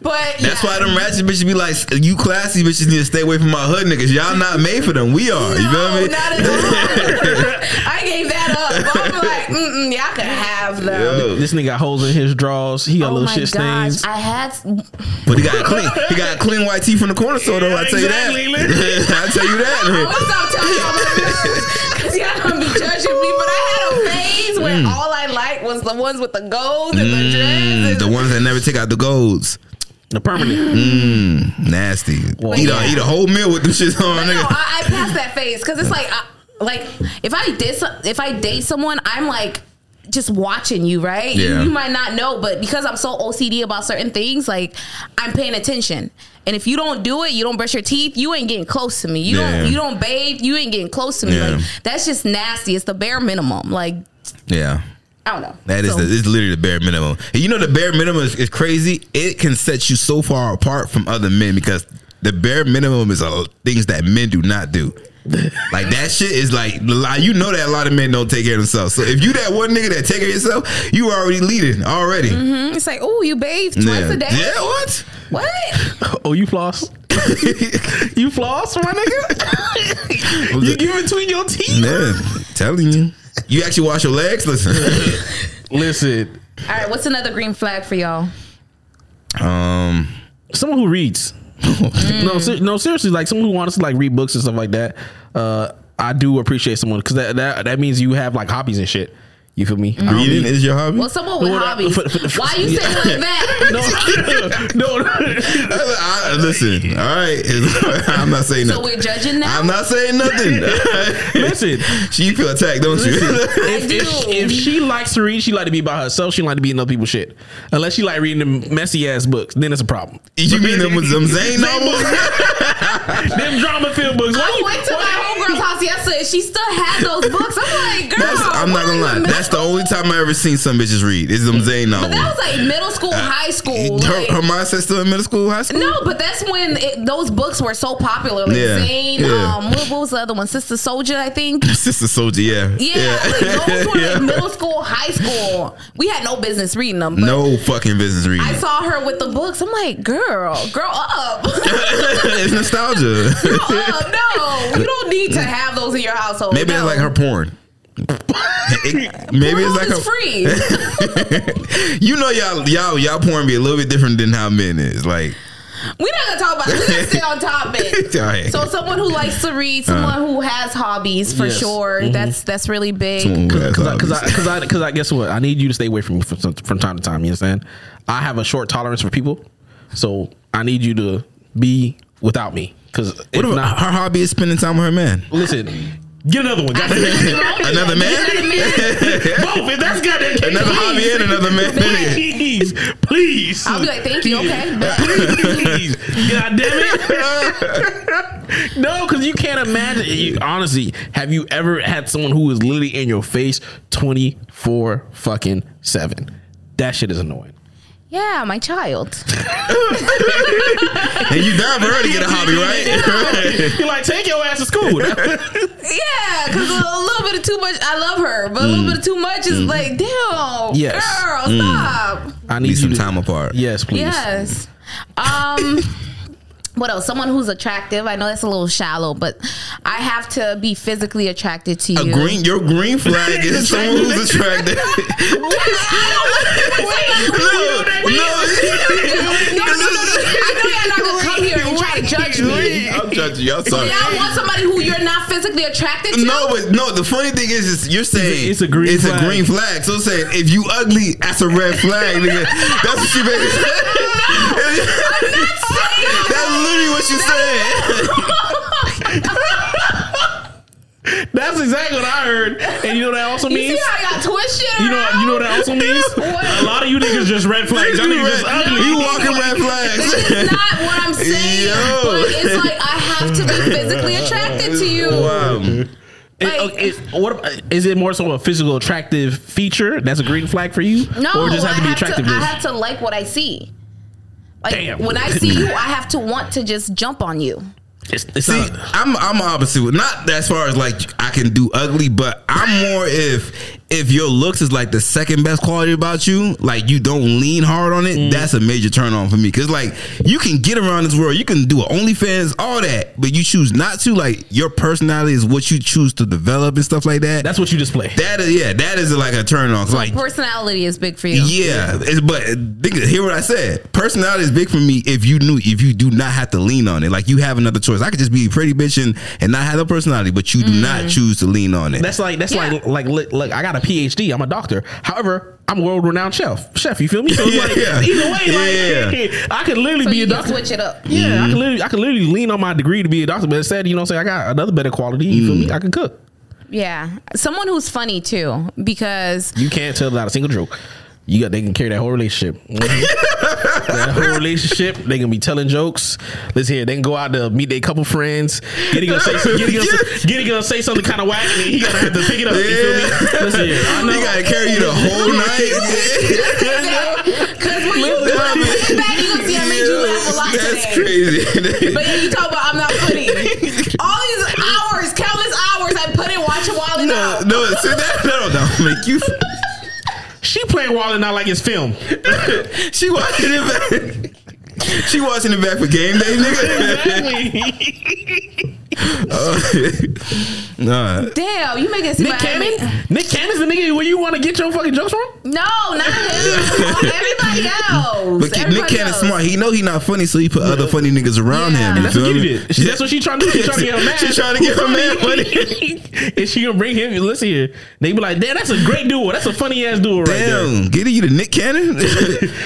but
That's
yeah.
why them ratchet bitches be like, you classy bitches need to stay away from my hood niggas. Y'all not made for them. We are. You feel
No,
me?
not at all. I gave that up. But I'm like, mm-mm, y'all can have them.
Yo.
This nigga got holes in his drawers. He got
Oh
little
my
shit
gosh!
stains.
I had
But he got clean. He got clean white teeth from the corner store though. I tell you that. I tell you
I
that.
always stop telling y'all my nerves because y'all gonna be judging me. But I had a phase where all I liked was the ones with the gold and the
Mm,
dreads.
the
And
ones that never take out the golds. Mm,
the permanent.
Mm.
Nasty.
Well,
eat,
yeah.
a, eat a whole meal with them shits on,
no,
nigga.
I, I passed that phase because it's like. I, like if I did some, if I date someone, I'm like just watching you, right? You-
Yeah.
You, might not know, but because I'm so OCD about certain things, like I'm paying attention. And if you don't do it, you don't brush your teeth, you ain't getting close to me. You
Yeah.
don't you don't bathe, you ain't getting close to me.
Yeah.
Like that's just nasty. It's the bare minimum. Like
Yeah.
I don't know.
That is
So-
the, it's literally the bare minimum. And you know the bare minimum is, is crazy. It can set you so far apart from other men because the bare minimum is uh, things that men do not do. like that shit is like li- you know that a lot of men don't take care of themselves. So if you that one nigga that take care of yourself, you already leading already.
Mhm. It's like, oh, you bathe twice
yeah.
a day.
yeah, what?
What?
Oh, you floss? you floss, my nigga? you give between your teeth?
Man, telling you. You actually wash your legs? Listen.
Listen,
All right, what's another green flag for y'all?
um
someone who reads.
Mm.
no, ser- no, seriously, like someone who wants to like read books and stuff like that. Uh, I do appreciate someone because that, that that means you have like hobbies and shit. You feel me? I
Mm.
don't
reading
be-
is your hobby?
Well, someone with
No, that-
hobbies.
for- for- for-
Why you say it like that?
no, no, no.
Uh, I- I- listen, all right. I'm not saying
So
nothing.
we're judging now.
I'm not saying nothing.
Listen,
She you feel attacked, don't you?
if,
do.
if, if she likes to read, she like to be by herself. She like to be in other people's shit. Unless she like reading them messy ass books, then it's a problem.
you mean them them Zane novels?
them drama film books. Why
I
you-
went to
why-
my homegirl's house yesterday. and She still had those books. I'm like, girl,
That's, I'm
why
not gonna
you
lie.
miss-
That's the only time I ever seen some bitches read is them Zane novels.
But that was like middle school, high school. like-
Uh, her, her mindset still in middle school, high school.
no, but that's when it, those books were so popular. Like
Yeah,
Zane,
yeah.
um, what, what was the other one? Sister Soldier, I think.
Sister Soldier, yeah,
Yeah, like those were
Yeah.
like middle school, high school. We had no business reading them. But
No fucking business reading.
I saw her with the books. I'm like, girl, grow up.
it's nostalgia.
grow up. No, you don't need to have those in your household.
Maybe it's
no.
like her porn. It- maybe it's
Porn
like
is
her.
free.
You know, y'all, y'all, y'all porn be a little bit different than how men is. Like,
We're not gonna talk about it. We're gonna stay on topic.
all right.
So someone who likes to read,
Uh-huh.
someone who has hobbies for
Yes.
sure.
Mm-hmm.
That's that's really big.
because I, because I, because I, because I, guess what? I need you to stay away from me from, from time to time. You understand? I have a short tolerance for people, so I need you to be without me. Because if
What about
not,
her hobby is spending time with her man?
listen, get another one.
That's
goddamn.
nothing wrong with
Another
that.
man?
Another man.
Both, if that's goddamn case,
Another hobby and another man.
please, please.
I'll be like, thank you. Okay.
please, God damn it! no, because you can't imagine. You, honestly, have you ever had someone who is literally in your face twenty four fucking seven? That shit is annoying.
Yeah, my child.
And you down for her to get a hobby, right?
You're like, take your ass to school.
Yeah, because a little bit of too much. I love her, but a
Mm.
little bit of too much is like, damn,
Yes.
girl, stop.
I
Need some
to-
time apart.
Yes, please.
Yes. Um what else? Someone who's attractive. I know that's a little shallow, but I have to be physically attracted to
A
you.
green, your green flag is someone who's attracted. no,
No, no, no, no. I know y'all not gonna come here and try to judge me.
no. I'm judging you. I'm sorry.
Y'all want somebody who you're not physically attracted to?
No, but no. The funny thing is, is you're saying
it's a green
it's
flag.
a green flag. So saying if you ugly, that's a red flag. Nigga. That's what you basically. That's literally what you said.
That's exactly what I heard. And you know what that also
You see
means.
how y'all twist shit
You know,
around?
you know what that also means.
What?
A lot of you niggas just red flags. Y'all niggas just ugly.
You walking red
This
flags.
is not what I'm saying.
Yo.
But it's like I have to be physically attracted to you.
Wow.
It-
Like-
it- what ab- is it more so a physical attractive feature that's a green flag for you,
No,
or just have
I, have
to be
to, I
attractiveness?
have to like what I see. Like
Damn.
when I see you, I have to want to just jump on you.
it's, it's
See,
not,
I'm I'm opposite. with- Not as far as like I can do ugly, but I'm more if if your looks is like the second best quality about you, like you don't lean hard on it. That's a major turn on for me because like you can get around this world, you can do OnlyFans, all that, but you choose not to. Like your personality is what you choose to develop and stuff like that.
that's what you display.
that is yeah, that is like a turn on. Like
Personality is big for you.
yeah, it's, but think, hear what I said. Personality is big for me. If you knew, if you do not have to lean on it, like you have another choice. I could just be a pretty bitch and, and not have a personality, but you do
Mm.
not choose to lean on it.
That's like that's
Yeah.
like like look, look. I got a PhD. I'm a doctor. However, I'm a world renowned chef. Chef, you feel me? So it's like
Yeah. Mm-hmm.
either way, like I could literally
So
be
you
a
just
doctor.
switch it up.
Yeah, I
Mm.
could literally I could literally lean on my degree to be a doctor, but instead, you know, say I got another better quality. You feel me? I can cook.
yeah, someone who's funny too, because
You can't tell not a single joke. You got they can carry that whole relationship. that whole relationship, they gonna be telling jokes. Let's hear. it. They can go out to meet their couple friends. Getting gonna say, Giddy gonna, Giddy gonna say something kind of wacky. and He gonna have to pick it up. You feel me? Let's hear. it. I know.
You gotta carry you the whole night.
because when you look back, you gonna see I made you laugh a lot
That's
today.
crazy.
But then you talk about I'm not funny. All these hours, countless hours I put in watching Wild and
No,
Out.
no, sit down. No, no, make you.
She playing Wild and Out like it's film.
She watching it back. She watching it back for game day, nigga.
Nick
nah,
Damn, you make it seem like I
Cannon.
made-
Nick Cannon's the nigga where you want to get your fucking jokes from.
No, not him. Everybody else.
but Nick Nick
Everybody
Cannon's
else.
smart. He know he not funny, so he put other funny niggas around
Yeah.
him. You
That's
That's
feel
what
me?
Kitty did. She, that's what she trying to do. Um, She trying to get her man.
She trying to get her man
money. and she gonna bring him. Listen here. They be like, damn, that's a great duo. That's a funny ass duo right there.
Damn, get it, you the Nick Cannon?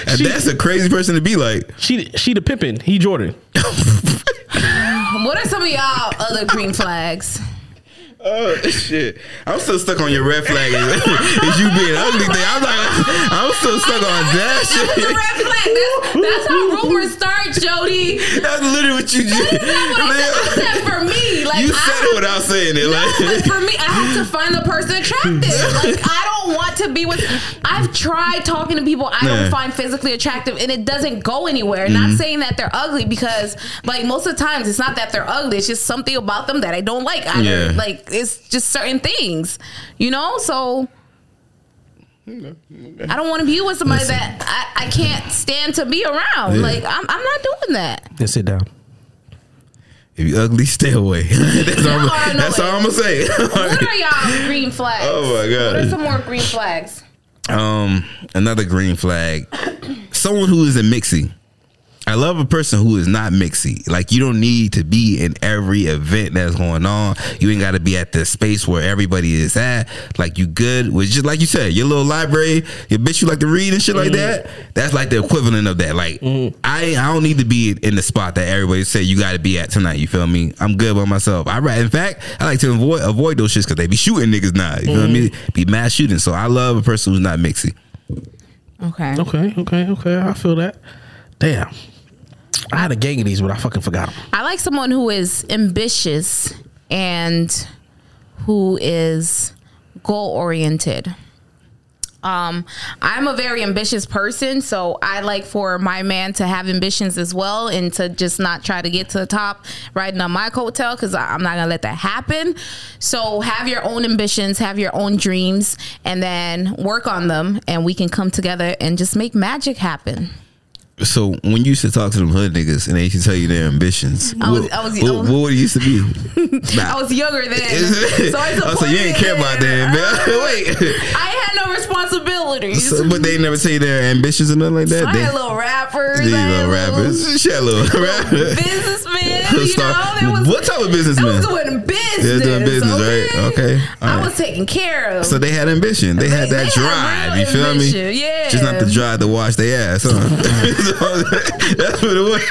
And
She-
that's a crazy person to be like.
She she the Pippin. He Jordan.
What are some of y'all other green flags?
Oh shit! I'm still stuck on your red flag. Is is you being ugly thing? I'm like, I'm still stuck on that
That's a
shit.
red flag. That's, that's how rumors start, Jody.
That's literally what you just.
I said for me, like
You
I,
said it without saying it.
But
Like,
for me, I have to find the person attractive. Like I don't want to be with. I've tried talking to people I
Yeah. Mm-hmm.
don't find physically attractive, and it doesn't go anywhere. Not saying that they're ugly because, like most of the times, it's not that they're ugly. It's just something about them that I don't like. I
Yeah.
like it's just certain things, you know. So. I don't want to be with somebody that I, I can't stand to be around.
Yeah.
Like I'm, I'm not doing that.
Then sit down.
if you ugly, stay away. that's all.
Y'all are
I'm, that's all I'm gonna say.
What are y'all green flags?
Oh my
What are some
god.
more green flags?
Um, another green flag. Someone who isn't mixy. I love a person who is not mixy. Like you don't need to be in every event that's going on. You ain't got to be at the space where everybody is at. Like you good with just like you said, your little library, your bitch you like to read and shit like that. That's like the equivalent of that. Like I I don't need to be in the spot that everybody say you got to be at tonight. You feel me? I'm good by myself. I ra- in fact I like to avoid avoid those shits because they be shooting niggas now. You feel me? Be mass shooting. So I love a person who's not mixy.
Okay.
Okay, okay, okay. I feel that. Damn. I had a gang of these, but I fucking forgot them.
I like someone who is ambitious and who is goal oriented. Um, I'm a very ambitious person, so I like for my man to have ambitions as well and to just not try to get to the top riding on my coattail because I'm not gonna let that happen. So have your own ambitions, have your own dreams, and then work on them, and we can come together and just make magic happen.
So when you used to talk to them hood niggas and they used to tell you their ambitions,
I was-
what,
I was-
what,
I was-
what would it used to be? Nah.
I was younger then, so I
oh, so you ain't care about
supported it.
that, man. Wait,
I had no responsibilities.
so, but they never tell you their ambitions or nothing like that.
I
They-
had little rappers,
These
I had
little rappers, she had little rappers.
businessmen. You know,
Star-
there was
what type of
I was
businessman?
doing business.
They was doing business,
okay?
right? Okay, all
I
right.
was taken care of.
So they had ambition. They, had
They-
that
they
drive.
had
you
real
feel
ambition,
me?
yeah.
Just not the drive to wash their ass. Huh? So, that's what it was.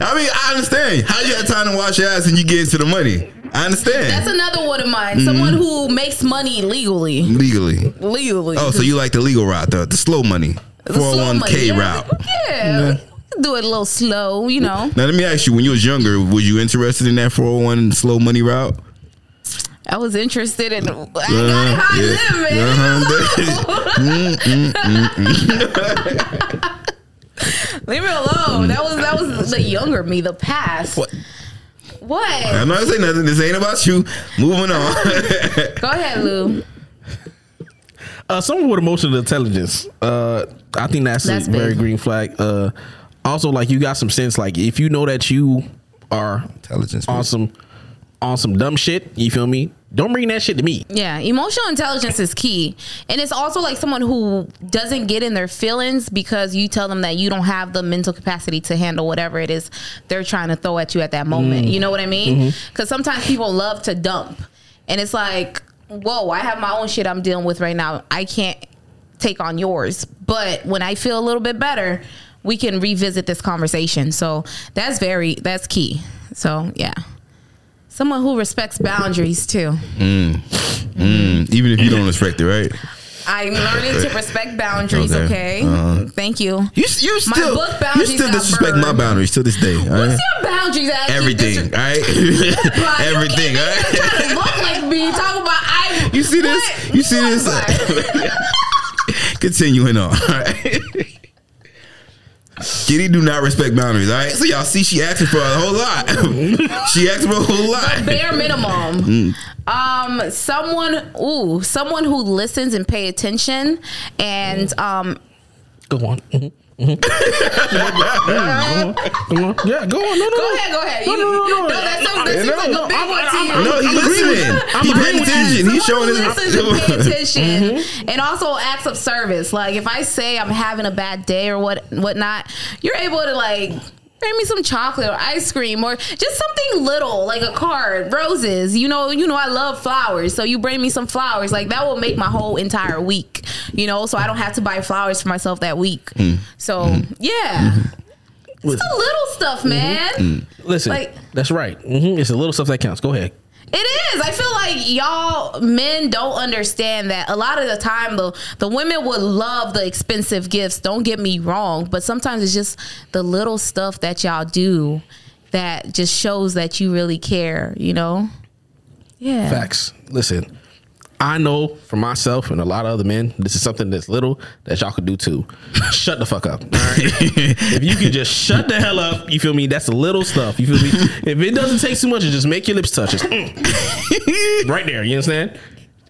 I mean, I understand. How you have time to wash your ass and you get into the money? I understand.
That's another one of mine. Someone
Mm-hmm.
who makes money legally.
Legally.
Legally.
Oh, so you like the legal route, the, the slow money,
The slow money,
401k
yeah.
route.
Yeah. Do it a little slow, you know.
Now let me ask you: When you was younger, was you interested in that 401 slow money route?
I was interested in. I got it
Uh-huh,
how I live, man. Leave me alone. That was that was the younger me, the past.
What?
What?
I'm not saying nothing. This ain't about you. Moving on.
Go ahead, Lou.
Uh, someone with emotional intelligence. Uh, I think that's,
That's
a
big.
very green flag. Uh, also, like you got some sense. Like if you know that you are
Intelligence, man.
on some on some dumb shit, you feel me? Don't bring that shit to me.
Yeah, emotional intelligence is key. And it's also like someone who doesn't get in their feelings because you tell them that you don't have the mental capacity to handle whatever it is they're trying to throw at you at that moment. You know what I mean? Because sometimes people love to dump. And it's like, whoa, I have my own shit I'm dealing with right now. I can't take on yours. But when I feel a little bit better, we can revisit this conversation. So that's very, that's key. So yeah. Someone who respects boundaries too.
Mm, Even if you don't respect it, right?
I'm learning to respect boundaries.
Okay.
Okay.
Uh-huh.
Thank you.
You you
My
still
book
you
boundaries
still
got
disrespect
burned.
my boundaries to this day. all right?
What's your boundaries? Ashley?
Everything, all right?
Like, you
Everything, all
can't-
right?
you can't Look like me. Talk about I.
You see this?
What?
You see this?
What?
Continuing on. All right. Kitty do not respect boundaries. All right, so y'all see, she asking for a whole lot. she asked for a whole lot.
bare
Mm.
minimum. Um, someone, ooh, someone who listens and pay attention, and um,
Go on. Mhm. Mhm.
Mm.
go on. Go on. Yeah, go on. No, no,
go
no.
ahead, go ahead.
No,
You,
no, no,
you-
no.
that sounds that seems
No,
like
no,
a big
I'm-
one to
I'm-
you.
I'm-
No,
I'm
he
agreeing with
listening.
you. I'm
He
agreeing
paying
with you.
attention. He's
Someone
showing
who listens
his. Mm-hmm.
and pay attention, and also acts of service. Like if I say I'm having a bad day or what whatnot, you're able to like. Bring me some chocolate or ice cream or just something little like a card, roses. You know, you know I love flowers, so you bring me some flowers. Like that will make my whole entire week. You know, so I don't have to buy flowers for myself that week.
Mm.
So
Mm-hmm.
yeah, it's the little stuff, man.
Mm.
Listen,
Like-
that's right. hmm It's the little stuff that counts. Go ahead.
It is. I feel like y'all men don't understand that. A lot of the time, the the women would love the expensive gifts. Don't get me wrong, but sometimes it's just the little stuff that y'all do that just shows that you really care. You know? Yeah.
Facts. Listen, I know for myself and a lot of other men, this is something that's little that y'all could do too. shut the fuck up. All right. if you can just shut the hell up, you feel me? That's the little stuff. You feel me? If it doesn't take too much, it just make your lips touch. Just, mm. right there. You understand?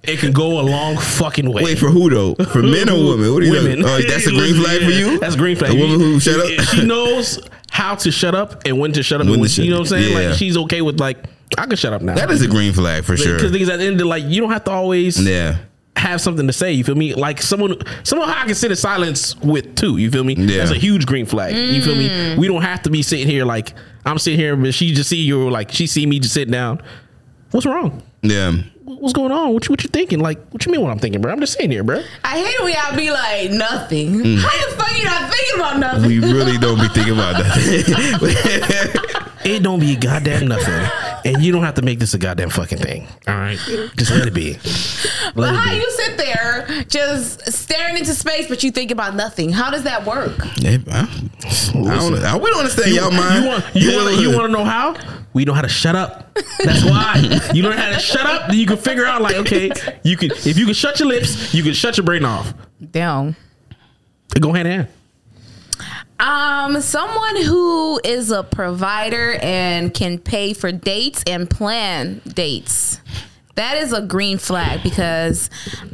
It can go a long fucking way.
Wait for who though? For men or women? What do you
Women.
Know? Oh, that's a green
Listen,
flag
yeah,
for you.
That's a green flag.
A woman who
She-
shut up.
She knows how to shut up and when to shut up.
When
and
to
when, she-
shut-
you know what I'm saying?
yeah.
Like she's okay with like I can shut up now.
that is a green flag for sure.
Because things at the end, of like you don't have to always
Yeah.
have something to say. You feel me? Like someone, someone I can sit in silence with too. You feel me?
Yeah.
That's a huge green flag. You feel me? We don't have to be sitting here like I'm sitting here, but she just see you like she see me just sitting down. What's wrong?
Yeah.
What's going on? What you what you thinking? Like what you mean? What I'm thinking, bro? I'm just sitting here, bro.
I hate it when y'all be like nothing. How the fuck you not thinking about nothing?
Mm. We really don't be thinking about that.
It don't be goddamn nothing, and you don't have to make this a goddamn fucking thing. All right, just let it be. Let
but
it
how
be.
you sit there just staring into space, but you think about nothing? How does that work?
Yeah, I, I don't, I, we don't understand y'all mind.
You want you want you want to know how? We know how to shut up. That's why you learn how to shut up. Then you can figure out like, okay, you can if you can shut your lips, you can shut your brain off.
Down.
It go hand in hand.
Um, someone who is a provider and can pay for dates and plan dates. That is a green flag because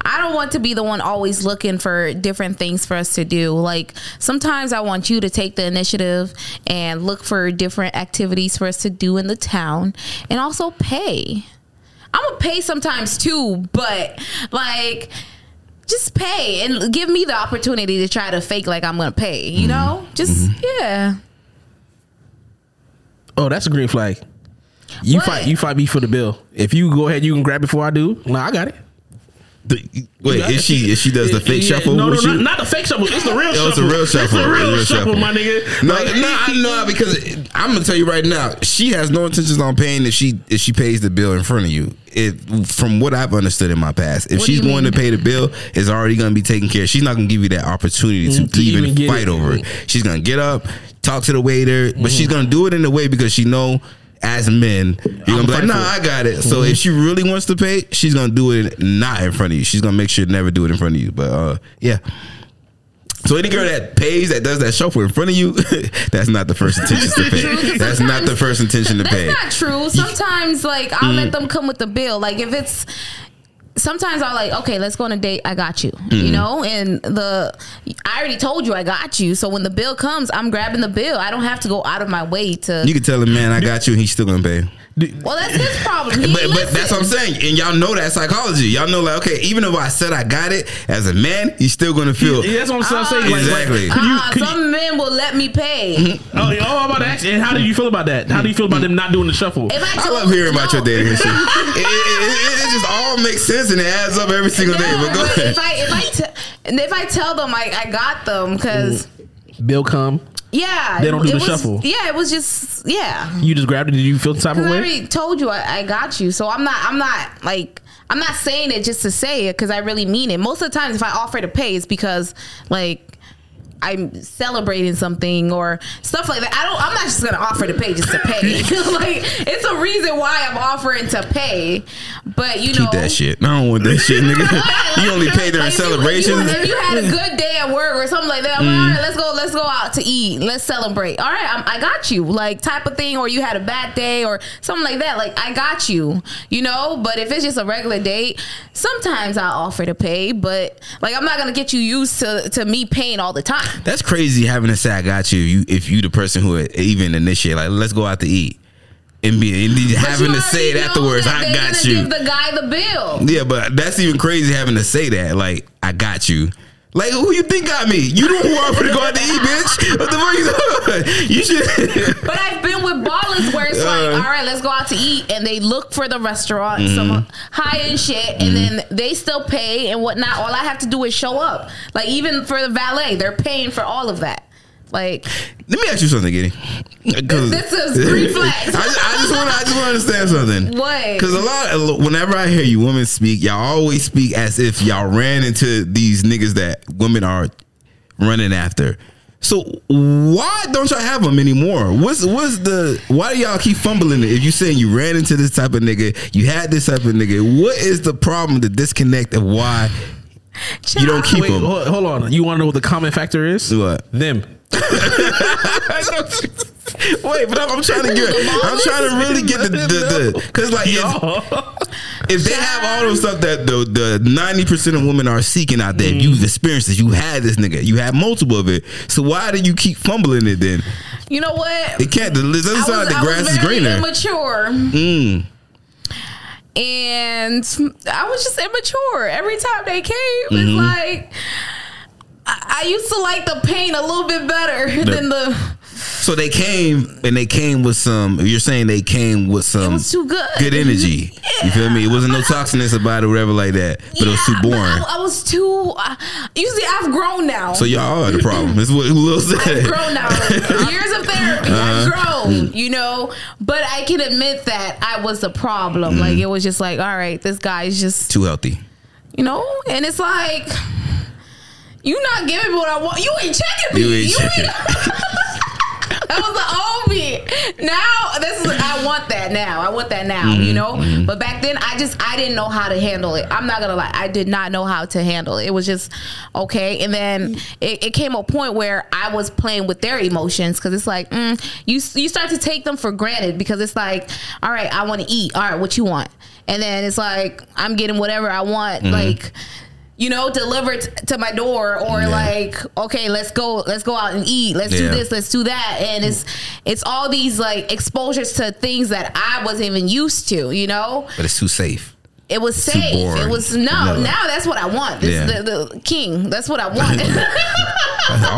I don't want to be the one always looking for different things for us to do. Like sometimes I want you to take the initiative and look for different activities for us to do in the town and also pay. I'm gonna pay sometimes too, but like just pay and give me the opportunity to try to fake like I'm gonna pay. You know, just
Mm-hmm.
yeah.
Oh, that's a green flag. You
What?
fight you fight me for the bill. If you go ahead, you can grab before I do. No, I got it.
The, wait, is she is she does the fake
Yeah,
shuffle?
No, no,
with
not,
you?
not the fake shuffle. It's the real
Oh,
shuffle.
it's a real shuffle.
It's the real,
It's a real
shuffle,
shuffle.
my nigga.
No,
Like,
no, I know because I'm gonna tell you right now, she has no intentions on paying if she if she pays the bill in front of you. If from what I've understood in my past, if
What do
she's
you
going
mean?
to pay the bill, it's already gonna be taken care. of. She's not gonna give you that opportunity to,
Mm, to
even,
even get
fight
it.
over it. She's gonna get up, talk to the waiter, but
Mm.
she's gonna do it in a way because she know. As men, you're gonna be like,
fight
nah,
for Mm-hmm.
I got it. So if she really wants to pay, she's gonna do it not in front of you. She's gonna make sure to never do it in front of you. But uh, yeah, so any girl that pays that does that shuffle in front of you, that's not the first intention to pay. That's not the Mm. first intention to
That's
pay.
not true. Sometimes like I'll let them come with the bill. Like if it's sometimes I'll like, okay, let's go on a date. I got you.
Mm.
You know, and the I already told you I got you. So when the bill comes, I'm grabbing the bill. I don't have to go out of my way to
You can tell him, man, I got you, and he's still gonna pay.
Well, that's his problem. He
But, but that's what I'm saying, and y'all know that psychology. Y'all know, like, okay, even if I said I got it, as a man, he's still gonna feel.
Yeah, that's what I'm saying.
Ah.
Like, like,
Exactly.
could you-
uh,
Ah,
could you-
some men will let me pay.
Mm-hmm.
Oh, yeah, oh, I'm about to ask. you, And how do you feel about that? How do you feel about them not doing the shuffle?
If
I
told-
love hearing about your
No.
dating history. It, it- it- it just all makes sense and it adds up every single day. But go
but
ahead. Mm.
If I if I te- and if I tell them I, I got them because
Bill come.
Yeah,
They don't do
it
the
was,
shuffle.
Yeah, it was just yeah.
You just grabbed it. Did you feel the type of
Because I
way?
already told you I, I got you, so I'm not. I'm not like. I'm not saying it just to say it because I really mean it. Most of the times, if I offer to pay, it's because like I'm celebrating something or stuff like that. I don't. I'm not just gonna offer to pay just to pay. like it's a reason why I'm offering to pay. But you know,
Keep that shit. I don't want that shit, nigga.
Right,
you
like,
only pay during
like, if you-
celebrations.
If you, if you had a good day at work or something like that,
Mm.
I'm like, all right, let's go, let's go out to eat, let's celebrate. All right, I'm, I got you, like type of thing, or you had a bad day or something like that. Like I got you, you know. But if it's just a regular date, sometimes I offer to pay, but like I'm not gonna get you used to to me paying all the time.
That's crazy having to say I got you. If you if you the person who even initiate like let's go out to eat and be and then
But
having
you
to say it
already know
afterwards.
that
I
they're
got
gonna
you.
Give the guy the bill.
yeah, but that's even crazy having to say that. Like I got you. Like who you think got me? You don't want me to go out to eat, bitch. What the fuck you doing? You should.
But I've been with ballers where it's like,
Uh.
all right, let's go out to eat, and they look for the restaurant,
Mm-hmm.
some high end shit, and then they still pay and whatnot. All I have to do is show up. Like even for the valet, they're paying for all of that. Like
Let me ask you something, Giddy. 'Cause-
This is green flags.
I just, I just want I just want to understand something.
What?
Because a lot, a lo- whenever I hear you women speak, y'all always speak as if y'all ran into these niggas that women are running after. So why don't y'all have them anymore? What's what's the why do y'all keep fumbling it? If you saying you ran into this type of nigga, you had this type of nigga, what is the problem, the disconnect of why you don't keep
Wait,
them?
hold, hold on. You want to know what the common factor is?
What?
Them.
Wait, but I'm, I'm trying to get. I'm trying to really get the the because like if, if they have all the stuff that the the ninety percent of women are seeking out there, if
Mm.
you've experienced this, you had this nigga, you had multiple of it. So why do you keep fumbling it then?
you know what?
It can't. The, it doesn't sound like the grass is greener. Mm.
immature. And I was just immature. Every time they came,
Mm-hmm.
it's like I, I used to like the pain a little bit better than the
So they came and they came with some. You're saying they came with some
was too good.
good energy. You feel me? It wasn't no toxicness about it, or whatever like that. But it was too
Yeah, but
boring.
I, I was too. Uh, you see, I've grown now.
so y'all are the problem. That's what Lil said.
I've grown now. Years of therapy,
Uh-huh.
I've
Mm.
grown. You know, but I can admit that I was the problem.
Mm.
Like it was just like, all right, this guy's just
Too healthy.
you know, and it's like. You not giving me what I want. You ain't checking me.
You ain't checking.
That was the old me. Now this is I want that now. I want that now, you know? But back then I just I didn't know how to handle it. I'm not gonna lie. I did not know how to handle it. It was just okay. And then it, it came a point where I was playing with their emotions because it's like mm, you you start to take them for granted because it's like, all right, I want to eat. All right, what you want? And then it's like I'm getting whatever I want. Like you know, delivered t- to my door, or
Yeah.
like, okay, let's go, let's go out and eat, let's do
Yeah.
this, let's do that, and it's it's all these like exposures to things that I wasn't even used to. You know,
but it's too safe.
it was
too
safe. It
boring.
was no,
No.
now that's what I want. This
Yeah.
is the, the king. That's what I want.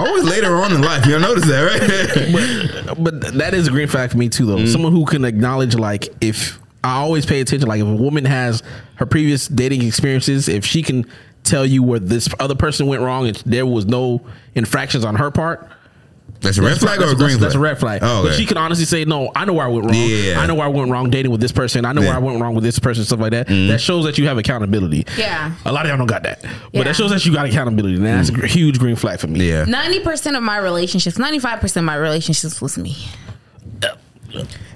Always later on in life, you'll notice that, right?
But, but that is a green fact for me too, though. Someone who can acknowledge, like, if I always pay attention, like, if a woman has her previous dating experiences, if she can tell you where this other person went wrong and there was no infractions on her part,
That's a red flag or
that's,
a green flag?
that's- that's a red flag.
Oh, okay.
But she can honestly say, "No, I know where I went wrong.
Yeah.
I know where I went wrong dating with this person. I know where
Yeah. Mm-hmm.
I went wrong with this person, stuff like that." That shows that you have accountability.
Yeah.
a lot of y'all don't got that, but
Yeah.
that shows that you got accountability. And that's a gr- huge green flag for me.
Mm-hmm. yeah.
Ninety percent of my relationships, ninety five percent of my relationships was me.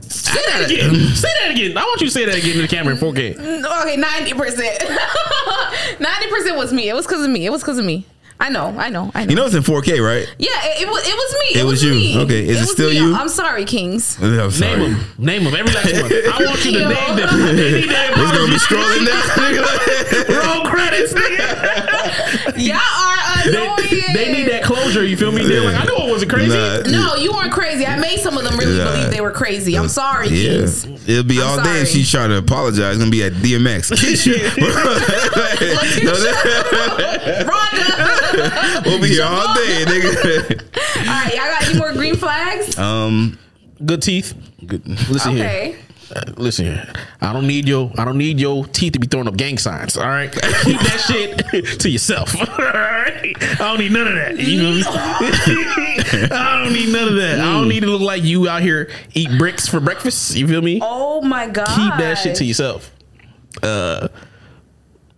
Say that again. say that again. I want you to say that again to the camera in 4K.
Okay, ninety percent. Ninety percent was me. It was because of me. It was because of me. I know. I know. I know.
You know it's in 4K, right?
Yeah, it, it was it was me.
It was you.
Me.
Okay, is it
was
still
me.
you?
I'm sorry, Kings.
I'm sorry.
Name them. Name them. Every last one. I want you to
Yo.
name them. They need their
It's gonna be scrolling down.
roll credits, nigga.
Y'all are annoying.
They, they need that closure. You feel me? They're like, I know it wasn't crazy.
Nah.
No, you weren't crazy. I made some of them really
Yeah.
believe they were crazy. I'm sorry,
Yeah,
Kings.
it'll be all day.
sorry.
If she try to apologize. It's gonna be at DMX. Kiss you. no, that,
Rhonda.
we'll be here all day, nigga.
All right, y'all got any more green flags?
Um,
Good teeth. Good. Listen here.
Okay.
listen, here. I don't need your I don't need your teeth to be throwing up gang signs. All right, keep that shit to yourself. All right, I don't need none of that. You know what I mean? I don't need none of that. I don't need to look like you out here eat bricks for breakfast. You feel me?
Oh my god.
Keep that shit to yourself.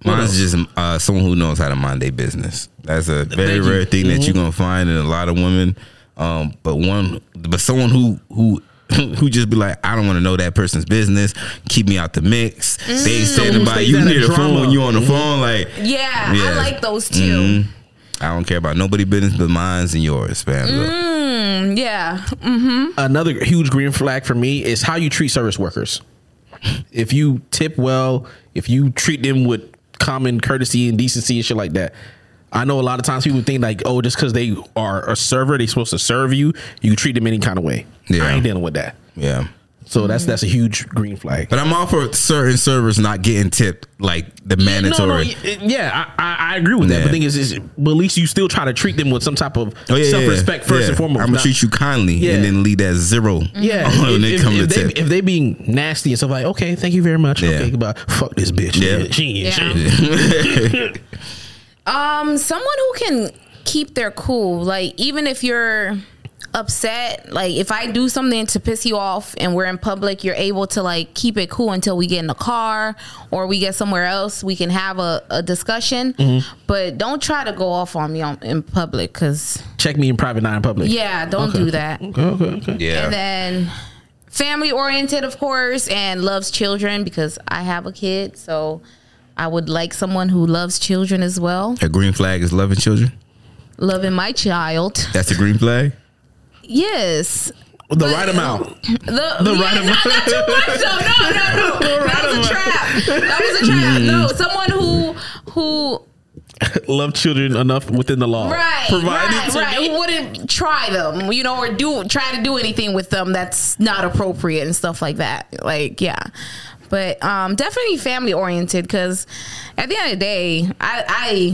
Mine's just uh, someone who knows how to mind their business. That's a very
Thank you.
rare thing
Mm-hmm.
that you're gonna find in a lot of women. Um, but one, but someone who who who just be like, I don't want to know that person's business. Keep me out the mix. They ain't
Mm. Someone
standing
who
by
stays
you
out of
near the phone
drama. Mm-hmm.
when you on the phone. Like,
Yeah, I
Yeah. Mm-hmm.
like those too.
I don't care about nobody business but mine's and yours, man. Look,
Mm, yeah.
Another huge green flag for me is how you treat service workers. If you tip well, if you treat them with common courtesy and decency and shit like that. I know a lot of times people think like, oh, just because they are a server, they supposed to serve you. You treat them any kind of way.
Yeah.
I ain't dealing with that.
Yeah.
So that's that's a huge green flag.
But I'm all for certain servers not getting tipped like the
no, no,
mandatory.
y- yeah, I, I, I agree with that.
Yeah.
But the thing is, is, but at least you still try to treat them with some type of
Oh, yeah, yeah,
self respect
yeah.
first
Yeah.
and foremost.
I'm gonna
Not-
treat you kindly
Yeah. Mm-hmm.
and then leave that zero.
Yeah,
when
if,
they
if-
come
if
to
they,
tip.
if they being nasty and stuff like, okay, thank you very much.
Yeah.
Okay, goodbye. Fuck this bitch.
Yeah.
She,
Yeah.
she-
Um, someone who can keep their cool, like even if you're upset, like if I do something to piss you off and we're in public, you're able to like keep it cool until we get in the car or we get somewhere else. We can have a, a discussion,
Mm-hmm.
but don't try to go off on me on, in public because
check me in private, not in public.
yeah, don't do that.
Okay, okay, okay.
yeah.
And then family oriented, of course, and loves children because I have a kid, so. I would like someone who loves children as well.
A green flag is loving children.
Loving my child.
That's a green flag.
Yes.
The right amount.
The,
right
yeah, no,
amount.
Not too much though. No, no, no.
right
that was a
amount. Mm.
trap. That was a trap. No, someone who who
Love children enough within the law.
right,
Provided
right,
to
right.
me.
Who wouldn't try them, you know, or do try to do anything with them that's not appropriate and stuff like that. Like, yeah. But um, definitely family oriented because at the end of the day, I,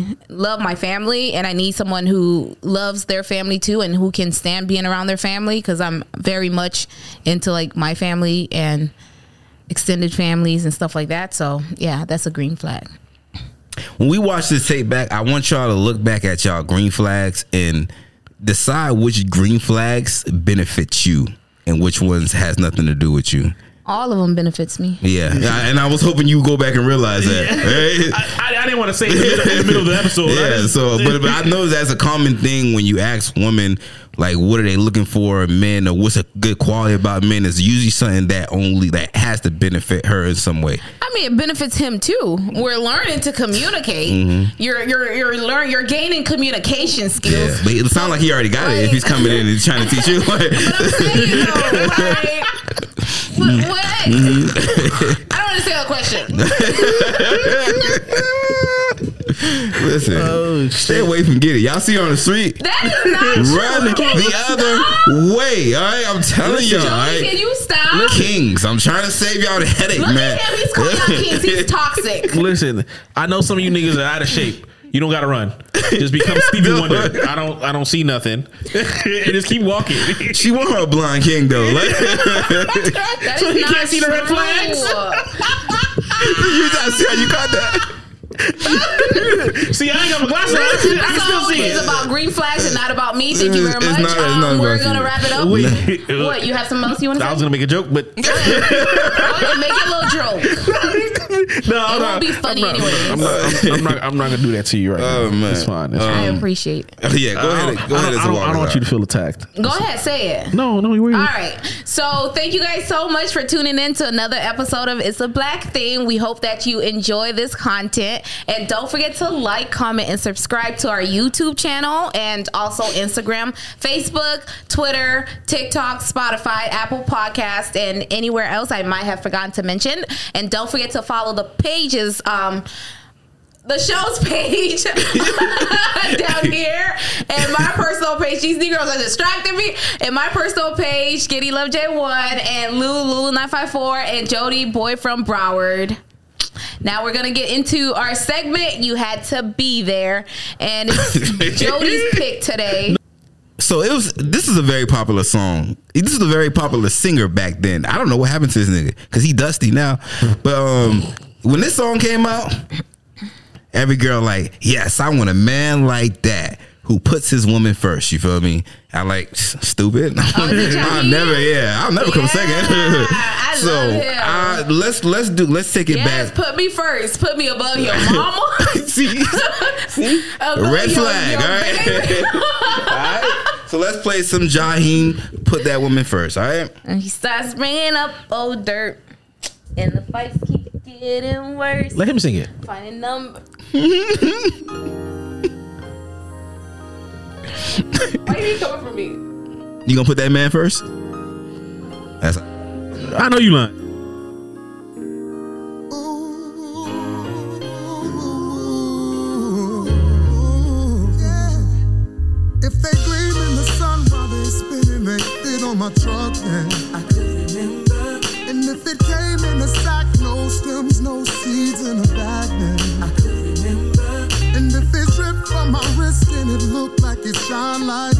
I love my family and I need someone who loves their family too and who can stand being around their family because I'm very much into like my family and extended families and stuff like that. So yeah, that's a green flag.
When we watch this tape back, I want y'all to look back at y'all green flags and decide which green flags benefit you and which ones has nothing to do with you.
All of them benefits me.
Yeah, and I- and I was hoping you go back and realize that. right?
I, I didn't want to say it in the middle, in the middle of the episode. I
Yeah,
just-
so but, but I know that's a common thing when you ask women like what are they looking for in men or what's a good quality about men is usually something that only that has to benefit her in some way.
I mean, it benefits him too. We're learning to communicate. You're you're you're learning. You're gaining communication
Yeah,
skills.
but it sounds like he already got it if he's coming in and trying to teach you.
But I'm saying though, like, what? what? I don't understand the question.
Listen,
Oh,
stay away from get it. Y'all see her on the street.
That is not true.
Run the other way. All right, I'm telling y'all.
Joey,
All right?
can you stop? Look,
Kings, I'm trying to save y'all the headache, man.
at him. He's calling out kids. He's toxic.
Listen, I know some of you niggas are out of shape. You don't gotta run. Just become Stevie Wonder. I don't. I don't see nothing. and just keep walking.
she want her a blind king though. Like,
That
So
is
he
not
can't see the red
true.
flags?
you guys see how you caught that?
see, I ain't got my glasses. on.
This
I can still
episode
see
is
it.
about green flags and not about me. Thank you very
It's
much.
not- it's
um,
not
we're
about
gonna
you.
wrap it up.
Wait.
What? You have something else you want to
I
say?
was gonna make a joke, but
Oh, make it a little joke.
No, I'm
won't
not,
be funny
I'm not,
anyways.
I'm not, I'm, I'm not. I'm not gonna do that to you right
Oh,
now.
man.
It's fine. It's
I
Mm.
fine.
appreciate it.
Oh, Yeah, go ahead.
I don't-
Go
I
ahead.
don't,
and
I don't,
walk
I don't want
us
you
out.
to feel attacked.
Go ahead, say it.
No, no, you worry.
All right. So, thank you guys so much for tuning in to another episode of It's a Black Thing. We hope that you enjoy this content. And don't forget to like, comment, and subscribe to our YouTube channel and also Instagram, Facebook, Twitter, TikTok, Spotify, Apple Podcast, and anywhere else I might have forgotten to mention. And don't forget to follow the pages. Um, the show's page down here and my personal page. These Negroes are distracting me. And my personal page, Giddy Love J1 and Lulu Lulu 954 and Jody Boy from Broward. Now we're gonna get into our segment. You had to be there, and it's Jody's pick today.
So it was. This is a very popular song. This is a very popular singer back then. I don't know what happened to this nigga because he dusty now. But um, when this song came out, every girl like, yes, I want a man like that who puts his woman first. You feel me? I like stupid.
is it
I'll
Chinese?
never. Yeah, I'll never come second.
Oh, Yeah, I
so
love him.
I, let's let's do let's take it
Yes,
back.
put me first. Put me above your mama.
See, see,
Above
red
your-
flag.
your
all
baby.
right. all right. So let's play some Jaheim. Put that woman first. All right.
And he starts bringing up old dirt, and the fights keep getting worse.
Let him sing it.
Finding number. Why are you coming for me?
You gonna put that man first? That's
I know you lying.
If they gleam in the sun while they're spinning, they fit on my truck then. I could remember. And if it came in a sack, no stems, no seeds in a bag then. I could remember. And if it dripped from my wrist and it looked like it shine like oh,